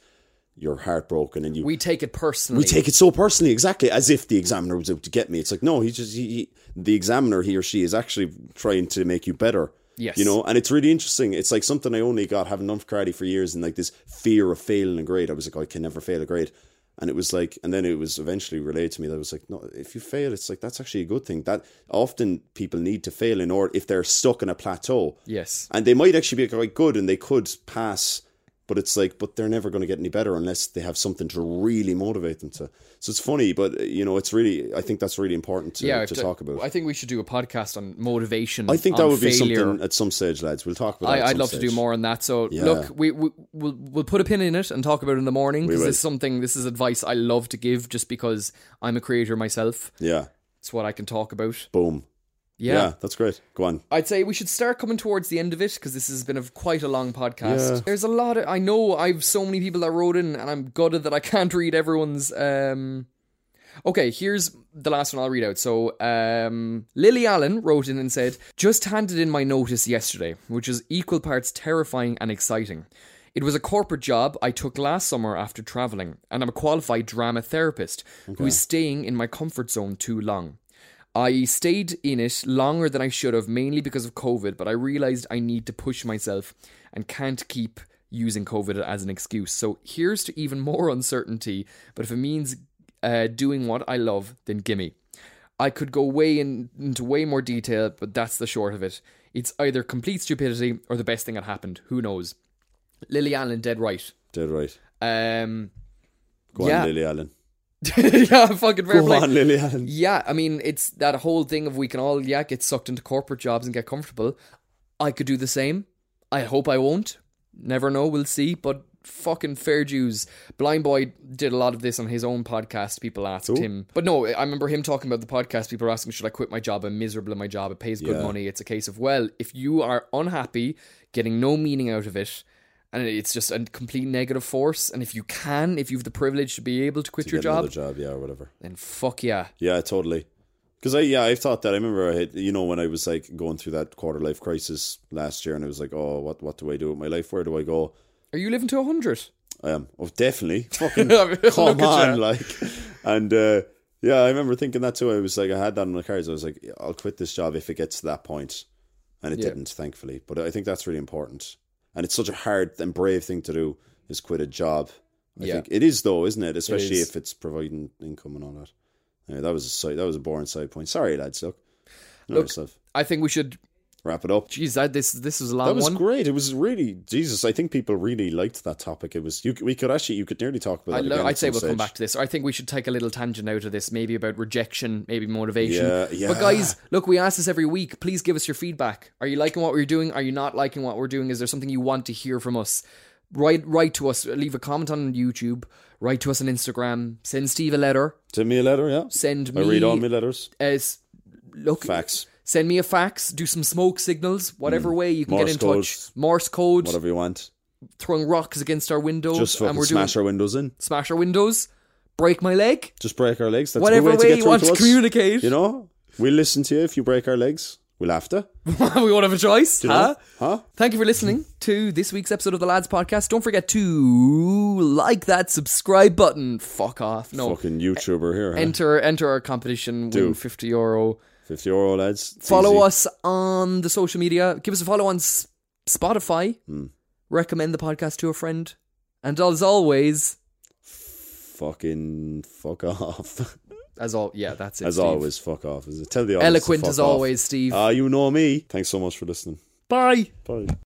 Speaker 2: you're heartbroken and you.
Speaker 1: We take it personally.
Speaker 2: we take it so personally, exactly, as if the examiner was out to get me. It's like, no, he's just he, he, the examiner, he or she is actually trying to make you better.
Speaker 1: Yes.
Speaker 2: You know, and it's really interesting. It's like something I only got having done for karate for years and like this fear of failing a grade. I was like, oh, I can never fail a grade. And it was like, and then it was eventually relayed to me that it was like, no, if you fail, it's like, that's actually a good thing. That often people need to fail in order if they're stuck in a plateau.
Speaker 1: yes.
Speaker 2: And they might actually be quite good and they could pass, but it's like, but they're never going to get any better unless they have something to really motivate them to. So it's funny, but uh, you know, it's really, I think that's really important to, to
Speaker 1: d-
Speaker 2: talk about.
Speaker 1: I think we should do a podcast on motivation.
Speaker 2: I think that
Speaker 1: on
Speaker 2: would be
Speaker 1: failure.
Speaker 2: something at some stage, lads. We'll talk about that.
Speaker 1: I,
Speaker 2: at
Speaker 1: I'd
Speaker 2: some
Speaker 1: love to
Speaker 2: stage.
Speaker 1: do more on that. So look, we, we we'll we'll put a pin in it and talk about it in the morning because
Speaker 2: will.
Speaker 1: it's something. This is advice I love to give, just because I'm a creator myself.
Speaker 2: Yeah.
Speaker 1: It's what I can talk about.
Speaker 2: Boom.
Speaker 1: Yeah.
Speaker 2: Yeah. that's great. Go on.
Speaker 1: I'd say we should start coming towards the end of it because this has been a quite a long podcast.
Speaker 2: Yeah.
Speaker 1: There's a lot of I know I've so many people that wrote in, and I'm gutted that I can't read everyone's. um Okay, here's the last one I'll read out. So, um, Lily Allen wrote in and said, Just handed in my notice yesterday, which is equal parts terrifying and exciting. It was a corporate job I took last summer after traveling, and I'm a qualified drama therapist who is staying in my comfort zone too long. I stayed in it longer than I should have, mainly because of COVID, but I realized I need to push myself and can't keep using COVID as an excuse. So here's to even more uncertainty, but if it means uh, doing what I love, then gimme. I could go way in, into way more detail, but that's the short of it. It's either complete stupidity or the best thing that happened. Who knows? Lily Allen, dead right.
Speaker 2: Dead right.
Speaker 1: Um,
Speaker 2: Go
Speaker 1: Yeah.
Speaker 2: on, Lily Allen.
Speaker 1: yeah, fucking fair
Speaker 2: Go
Speaker 1: play.
Speaker 2: on, Lily Allen.
Speaker 1: Yeah, I mean, it's that whole thing of we can all, yeah, get sucked into corporate jobs and get comfortable. I could do the same. I hope I won't. Never know, we'll see. But fucking fair dues. Blind Boy did a lot of this on his own podcast. People asked him. But no, I remember him talking about the podcast. People were asking, should I quit my job? I'm miserable in my job. It pays good
Speaker 2: Yeah.
Speaker 1: money. It's a case of, well, if you are unhappy, getting no meaning out of it, and it's just a complete negative force. And if you can, if you've the privilege to be able to quit your
Speaker 2: Get another
Speaker 1: job,
Speaker 2: job, yeah, or whatever.
Speaker 1: then fuck yeah.
Speaker 2: Yeah, totally. Because I, yeah, I've thought that. I remember, I had, you know, when I was like going through that quarter life crisis last year, and I was like, oh, what, what do I do with my life? Where do I go?
Speaker 1: Are you living to 100?
Speaker 2: I am, oh, definitely, fucking
Speaker 1: Look
Speaker 2: come
Speaker 1: at
Speaker 2: on,
Speaker 1: you.
Speaker 2: like, and uh, yeah, I remember thinking that too. I was like, I had that in my cards. I was like, I'll quit this job if it gets to that point, and it
Speaker 1: Yeah.
Speaker 2: didn't, thankfully. But I think that's really important, and it's such a hard and brave thing to do is quit a job. I
Speaker 1: Yeah.
Speaker 2: think it is though, isn't it? Especially
Speaker 1: is.
Speaker 2: if it's providing income and all that. Anyway, that was a side, that was a boring side point. Sorry, lads. Look, Know
Speaker 1: Look,
Speaker 2: yourself.
Speaker 1: I think we should.
Speaker 2: Wrap it up.
Speaker 1: Geez, that, this this was a long
Speaker 2: That was
Speaker 1: one.
Speaker 2: great. It was really Jesus. I think people really liked that topic. It was you. c- We could actually you could nearly talk about.
Speaker 1: I
Speaker 2: that
Speaker 1: lo-
Speaker 2: again at
Speaker 1: I'd say
Speaker 2: some
Speaker 1: we'll come
Speaker 2: stage.
Speaker 1: back to this. I think we should take a little tangent out of this, maybe about rejection, maybe motivation.
Speaker 2: Yeah, yeah.
Speaker 1: But guys, look, we ask this every week. Please give us your feedback. Are you liking what we're doing? Are you not liking what we're doing? Is there something you want to hear from us? Write write to us. Leave a comment on YouTube. Write to us on Instagram. Send Steve a letter.
Speaker 2: Send me a letter. Yeah,
Speaker 1: Send
Speaker 2: I
Speaker 1: me
Speaker 2: read all my letters.
Speaker 1: as look.
Speaker 2: Facts.
Speaker 1: Send me a fax. Do some smoke signals. Whatever way you can get
Speaker 2: Mm. Morse
Speaker 1: in
Speaker 2: codes.
Speaker 1: touch. Morse code.
Speaker 2: Whatever you want.
Speaker 1: Throwing rocks against our window.
Speaker 2: Just
Speaker 1: and
Speaker 2: fucking
Speaker 1: we're doing
Speaker 2: smash our windows in.
Speaker 1: smash our windows. Break my leg.
Speaker 2: Just break our legs. That's a
Speaker 1: whatever
Speaker 2: good
Speaker 1: way,
Speaker 2: way, to get
Speaker 1: you
Speaker 2: through
Speaker 1: want to,
Speaker 2: us.
Speaker 1: communicate.
Speaker 2: You know, we'll listen to you if you break our legs. We'll have to.
Speaker 1: we won't have a choice, huh?
Speaker 2: Huh?
Speaker 1: Thank you for listening to this week's episode of the Lads Podcast. Don't forget to like that subscribe button. Fuck off. No.
Speaker 2: Fucking YouTuber here. Huh?
Speaker 1: Enter enter our competition, win 50 euro.
Speaker 2: 50 euro, lads. It's
Speaker 1: Follow
Speaker 2: easy.
Speaker 1: us on the social media. Give us a follow on S- Spotify.
Speaker 2: Hmm.
Speaker 1: Recommend the podcast to a friend. And as always,
Speaker 2: Fucking fuck off.
Speaker 1: as all yeah, that's it.
Speaker 2: As
Speaker 1: Steve.
Speaker 2: always, fuck off. Uh, Is it? Tell the audience to
Speaker 1: eloquent
Speaker 2: fuck
Speaker 1: as
Speaker 2: off.
Speaker 1: always, Steve.
Speaker 2: Ah, you know me. Thanks so much for listening.
Speaker 1: Bye.
Speaker 2: Bye.